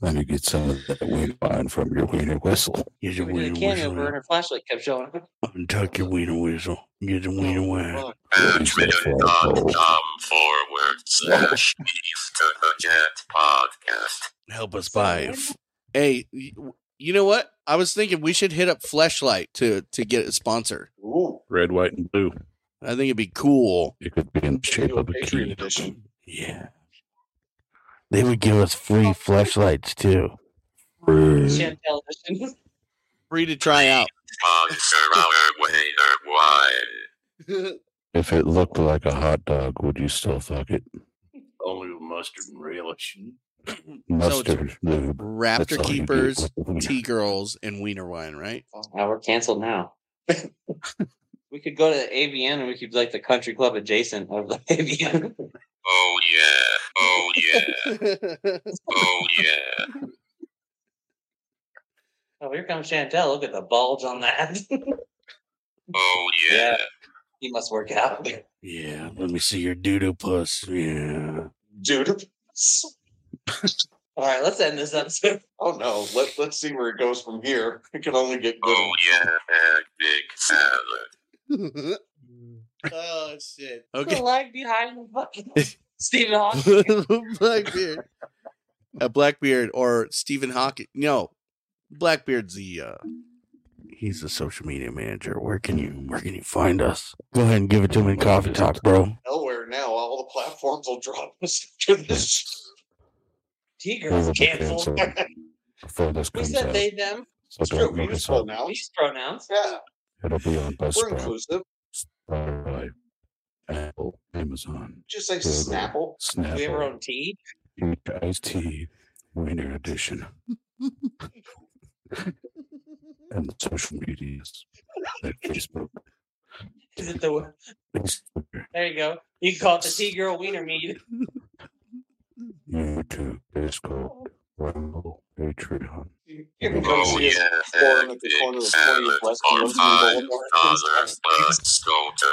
S7: Let me get some of that wiener wine from your wiener whistle.
S1: Get your
S4: We
S1: wiener
S4: did a cameo
S1: whistle.
S4: for her, and her flashlight kept showing. up.
S1: out. Untuck your wiener whistle. Get your wiener wine.
S7: Oh.
S9: Patreon.com forward slash beef to the jet podcast.
S1: Help us by. f- Hey, y- you know what? I was thinking we should hit up Fleshlight to to get a sponsor.
S3: Ooh.
S2: Red, white, and blue.
S1: I think it'd be cool.
S7: It could be in the shape of a
S3: Patreon
S7: key.
S3: edition.
S7: Yeah.
S1: They would give us free flashlights too.
S4: Shit television.
S1: Free to try out.
S9: Sponsor our wiener wine.
S7: If it looked like a hot dog, would you still fuck it?
S2: Only with mustard and relish.
S7: Mustard, lube. That's
S1: Raptor
S7: all you get
S1: keepers,
S7: with the wiener.
S1: T girls, and wiener wine, right?
S4: Now we're canceled now. we could go to the AVN and we could be like the country club adjacent of the AVN.
S9: Oh yeah. Oh yeah. Oh yeah.
S4: oh, here comes Chantel. Look at the bulge on that.
S9: Oh
S4: yeah. He must work out.
S1: yeah. Let me see your doodoo puss. Yeah.
S3: Dude.
S4: All right, let's end this episode.
S3: Oh no. Let let's see where it goes from here. It can only get good.
S9: Oh yeah. And big salad.
S1: oh shit.
S4: The
S1: Okay.
S4: leg behind the fucking Stephen Hawking.
S1: Oh. Blackbeard. A Blackbeard or Stephen Hawking. No. Blackbeard's the uh he's the social media manager. Where can you where can you find us? Go ahead and give it to him in coffee talk, bro.
S3: Nowhere now. All the platforms will drop us after this.
S7: We
S4: Tigers
S7: will be
S4: canceled.
S7: canceled before this
S4: we
S7: comes
S4: said
S7: out.
S4: they them.
S7: So
S3: It's true.
S7: don't
S3: We
S7: look
S3: use
S7: us up.
S3: pronouns.
S4: These pronouns.
S3: Yeah,
S7: It'll be on
S3: we're
S7: Buzzsprout,
S3: inclusive.
S7: Spotify, Apple, Amazon,
S3: Just say
S7: Google,
S3: Snapple.
S4: We have our
S7: Snapple,
S4: own tea.
S7: Iced Tea, Winter Edition, and the social medias like Facebook,
S4: Is it the?
S7: Instagram,
S4: There you go. You can call it the tea girl wiener mead.
S7: YouTube, Discord, Rumble, Patreon.
S3: You can come
S9: Oh
S3: see us
S9: yeah.
S3: born
S9: And
S3: at the
S9: big
S3: corner of 20th
S9: salad
S3: West and
S9: for five
S3: Lincoln
S9: dollars. Let's go to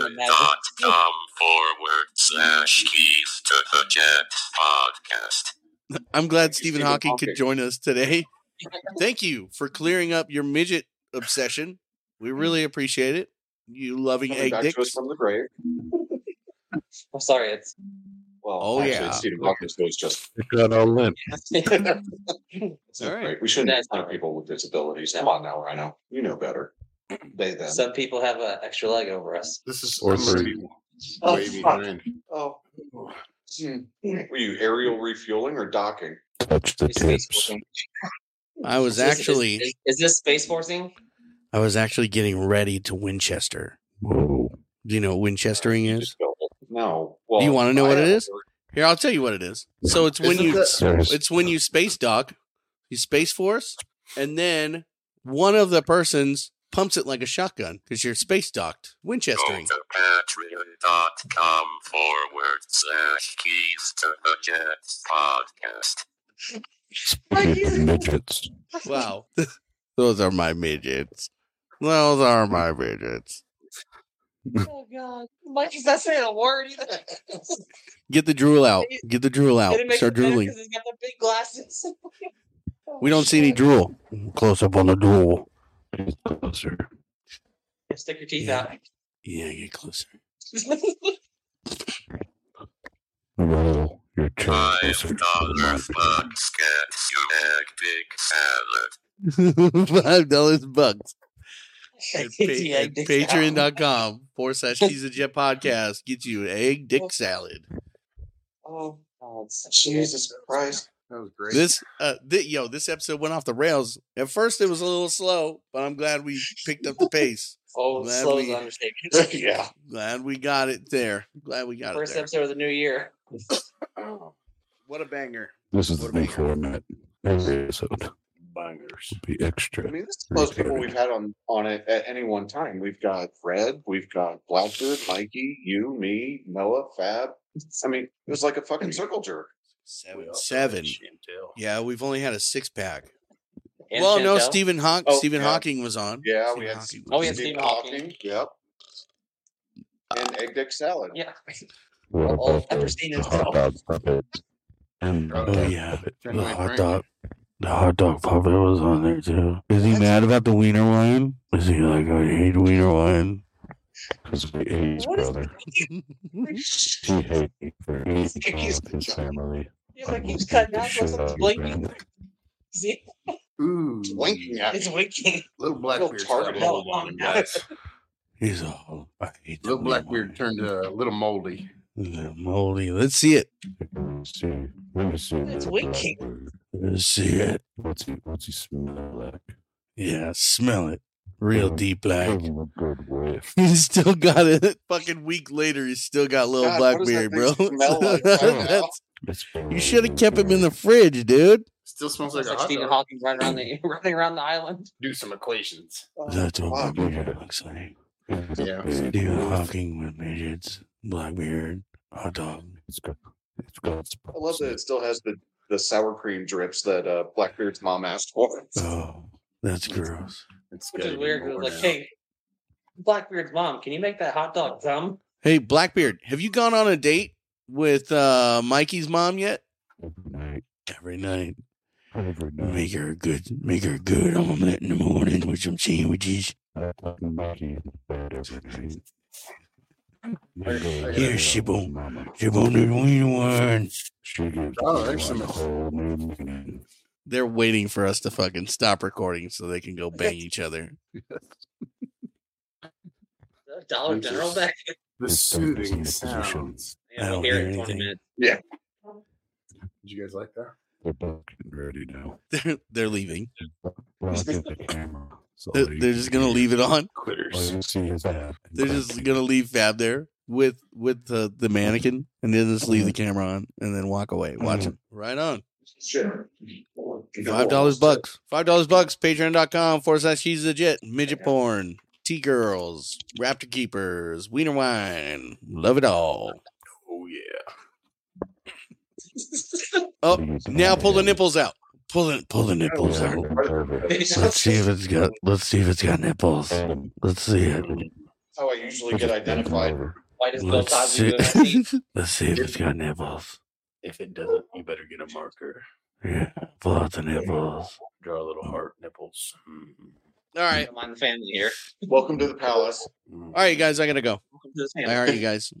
S9: patreon.com forward slash keys to the jet podcast.
S1: I'm glad
S4: Thank you,
S1: Stephen
S4: Stephen
S1: Hawking could
S4: Hawking.
S1: join us today. Thank you for clearing up your midget obsession. We really appreciate it. You loving
S3: Coming
S1: egg
S3: back to us
S1: dicks.
S3: from the grave.
S4: I'm sorry. It's
S3: Well,
S1: Oh,
S3: actually,
S1: yeah.
S3: it's Stephen Hawkins voice just.
S7: It got all limp.
S3: It's not
S1: All right.
S3: great. We shouldn't
S4: That's
S3: have
S4: all right.
S3: people with disabilities. Come on now, Rhino. You know better. They then.
S4: some people have an extra leg over us.
S5: This is
S7: Or
S5: I'm gonna
S7: three.
S5: be
S3: Oh,
S5: way
S3: fuck.
S5: behind.
S3: oh. Hmm. Were you aerial refueling or docking?
S7: Touch the
S4: It's space
S7: tips.
S4: forcing.
S1: I was
S4: Is this- is-
S1: actually
S4: Is, is this space forcing?
S1: I was actually getting ready to Winchester.
S7: Whoa.
S1: Do you know what Winchestering is?
S3: Just go, No. Well,
S1: you wanna know
S3: I
S1: what it
S3: have a
S1: is?
S3: word.
S1: Here, I'll tell you what it is.
S7: Yeah.
S1: So it's when
S5: Isn't
S1: you
S5: that-
S7: There's
S1: it's when you space dock, you space force, and then one of the persons pumps it like a shotgun because you're space docked,
S9: Go
S1: Winchestering.
S9: to patreon.com forward slash keys to the jet podcast.
S7: Speaking of midgets,
S4: Oh.
S1: Wow. Those are my midgets. Those are my midgets.
S10: Oh god, Mikey's not saying a word either.
S1: Get the drool out. Get the drool out.
S10: And it makes
S1: Start
S10: it better
S1: drooling.
S10: 'cause he's got the big glasses.
S1: We don't see any drool.
S7: close up on the duel. Get closer.
S4: Stick your teeth out.
S1: Yeah, get closer.
S7: Roll your chin
S9: Five
S7: closer.
S9: dollar bucks gets you a big salad.
S1: Five dollars bucks. At, pa-
S10: Yeah,
S1: at
S10: dick salad.
S1: patreon.com forward slash cheese and jet podcast gets you an egg dick salad.
S4: Oh, God.
S3: Jesus Christ.
S5: That was great.
S1: This uh thi- yo, this episode went off the rails. At first it was a little slow, but I'm glad we picked up the pace.
S4: Oh,
S1: Glad
S4: slow is
S1: we-
S4: an understatement.
S3: yeah.
S1: Glad we got it there. Glad we got
S4: First
S1: it there.
S4: episode of the new year.
S1: What a banger.
S7: This is
S1: What
S7: the
S1: a
S7: new
S1: banger.
S7: format. Every episode
S5: bangers.
S7: will be extra.
S3: I mean, this is the most people we've had on on it at any one time. We've got Fred, we've got Blackbeard, Mikey, you, me, Noah, Fab. I mean, it was like a fucking circle jerk.
S1: Seven. Seven.
S5: Chantel.
S1: Yeah, we've only had a six pack.
S4: And
S1: well, no,
S4: Chantel.
S1: Stephen Hawk
S3: Oh,
S1: Stephen
S3: yeah.
S1: Hawking was on.
S3: Yeah,
S1: Stephen
S3: we had
S1: Hawking
S4: Oh,
S1: was
S4: yeah,
S1: on.
S4: Stephen Hawking.
S3: Yep. And egg dick salad.
S4: Yeah.
S7: What
S4: All
S7: about
S4: I've ever
S7: the,
S4: seen
S7: the
S4: is
S7: hot
S4: now.
S7: dog puppet? And the hot
S5: Oh,
S7: dog
S1: yeah.
S7: puppet.
S5: Drink
S7: The
S5: my
S7: hot
S5: drink.
S7: dog. The hot dog puppet was on there too. Is he mad about the wiener wine? Is he like, I hate wiener wine? Because we ate his
S10: What is-
S7: brother. He hated me for eating all of his family.
S10: He's
S7: I
S10: like, keeps
S7: beat
S10: cutting
S7: the
S10: out.
S7: shit
S10: Looks
S7: out
S10: like he's
S7: of your
S10: blinking.
S7: family.
S10: See,
S5: Ooh,
S3: It's winking at me.
S10: it's winking.
S5: little
S3: Little
S5: Blackbeard got a
S3: targeted.
S5: hold
S4: No,
S5: on him,
S4: no.
S5: guys.
S7: He's all, I hate the
S5: Little
S7: wiener
S5: Blackbeard
S7: wine."
S5: turned to a little moldy.
S7: Little moldy.
S1: Let's see it.
S7: Let me see. Let me see.
S10: It's
S7: the
S10: winking.
S7: blackbird. Let me see it. What's he? What's he smell like?
S1: Yeah, smell it. Real
S7: Mhm.
S1: deep black.
S7: Give him a good whiff.
S1: He's still got it. Fucking week later, he's still got little
S3: God, what does
S1: blackberry,
S3: that
S1: bro.
S3: thing smell like right now?
S1: That's-
S7: It's
S1: you
S7: very
S1: should have kept him in the
S7: good.
S1: fridge, dude.
S5: Still smells like
S4: Looks
S5: a
S4: like
S5: hot
S4: Stephen
S5: dog.
S4: Hawking running around the running around the island.
S5: Do some equations.
S7: That's what
S3: Fuck.
S7: Blackbeard looks like.
S5: Yeah.
S7: Stephen Hawking with midgets, Blackbeard, hot dog. It's got, it's got
S3: I love
S7: spots in
S3: that it still has the, the sour cream drips that uh, Blackbeard's mom asked for.
S7: it. Oh, that's gross.
S5: It's
S4: Which
S5: gotta
S4: is
S5: be
S4: weird. 'cause It
S5: more
S4: was
S5: now.
S4: like, hey, Blackbeard's mom, can you make that hot dog gum?
S1: Hey, Blackbeard, have you gone on a date with uh, Mikey's mom yet?
S7: Every night.
S1: Every night,
S7: Every
S1: make
S7: night.
S1: her a good, make her a good omelet in the morning with some sandwiches.
S7: I fucking make you in bed every night.
S5: I- I gotta
S7: Here,
S5: go.
S1: Sybil.
S7: Mama.
S1: She wanted wiener wine.
S7: She gives
S5: Oh,
S7: me
S5: there's
S7: one
S5: some-
S7: whole new meaning.
S1: They're waiting for us to fucking stop recording so they can go bang each other.
S4: The Uh, Dollar
S5: Jesus.
S4: General back.
S5: The
S7: It's soothing
S5: soothing
S7: position.
S5: sounds.
S1: I
S4: Yeah,
S1: don't
S4: we'll hear
S1: hear
S4: it in 20
S1: anything.
S4: minutes.
S5: Did you guys like that?
S7: They're both getting ready now.
S1: They're they're leaving.
S7: Blocking the camera. So
S1: They're,
S7: you
S1: they're
S7: can
S1: just gonna
S7: hear-
S1: leave it on.
S7: all
S5: Quitters.
S7: you see is that.
S1: They're just gonna leave Fab there with with the, the mannequin, and then just leave the camera on, and then walk away. Watch him. Right on.
S3: Sure.
S1: Five dollars bucks. Five dollars bucks. Patreon.com forward slash she's legit. Midget porn. T girls. Raptor keepers. Wiener wine. Love it all.
S5: Oh yeah.
S1: Oh, now pull the nipples out. Pull the pull the nipples out. Let's see if it's got. Let's see if it's got nipples. Let's see it.
S3: How I usually get identified.
S4: Why does Bill
S1: Let's
S4: Cosby
S1: see.
S4: do it?
S1: Let's see if it's got nipples.
S5: If it doesn't, you better get a marker.
S7: Yeah, pull out the nipples.
S5: Draw a little heart nipples. Mm,
S1: All right.
S4: Don't mind the family here.
S3: Welcome to the palace.
S5: mm.
S1: All right, you guys. I gotta go.
S4: Welcome to the family.
S1: All right, you guys.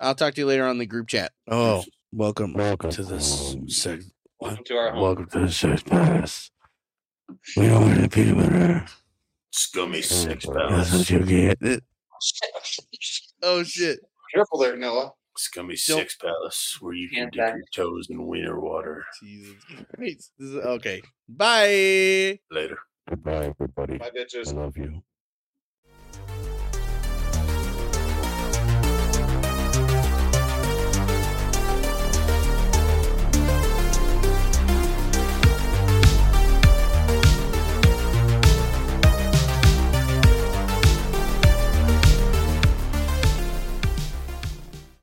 S1: I'll talk to you later on the group chat. Oh, welcome
S7: Welcome
S1: to this seg-
S4: Welcome to our home.
S7: Welcome to the sex palace. We don't want to peanut butter.
S5: Scummy sex
S7: That's what
S5: palace.
S7: you get.
S1: Oh shit!
S3: Careful there, Noah.
S5: Scummy
S1: Don't-
S5: sex palace where you can
S4: Can't
S5: dip your toes in wiener water.
S1: Jesus Christ! This is, okay. Bye.
S5: Later.
S7: Goodbye, everybody.
S3: My
S7: I
S3: bitches.
S7: love you.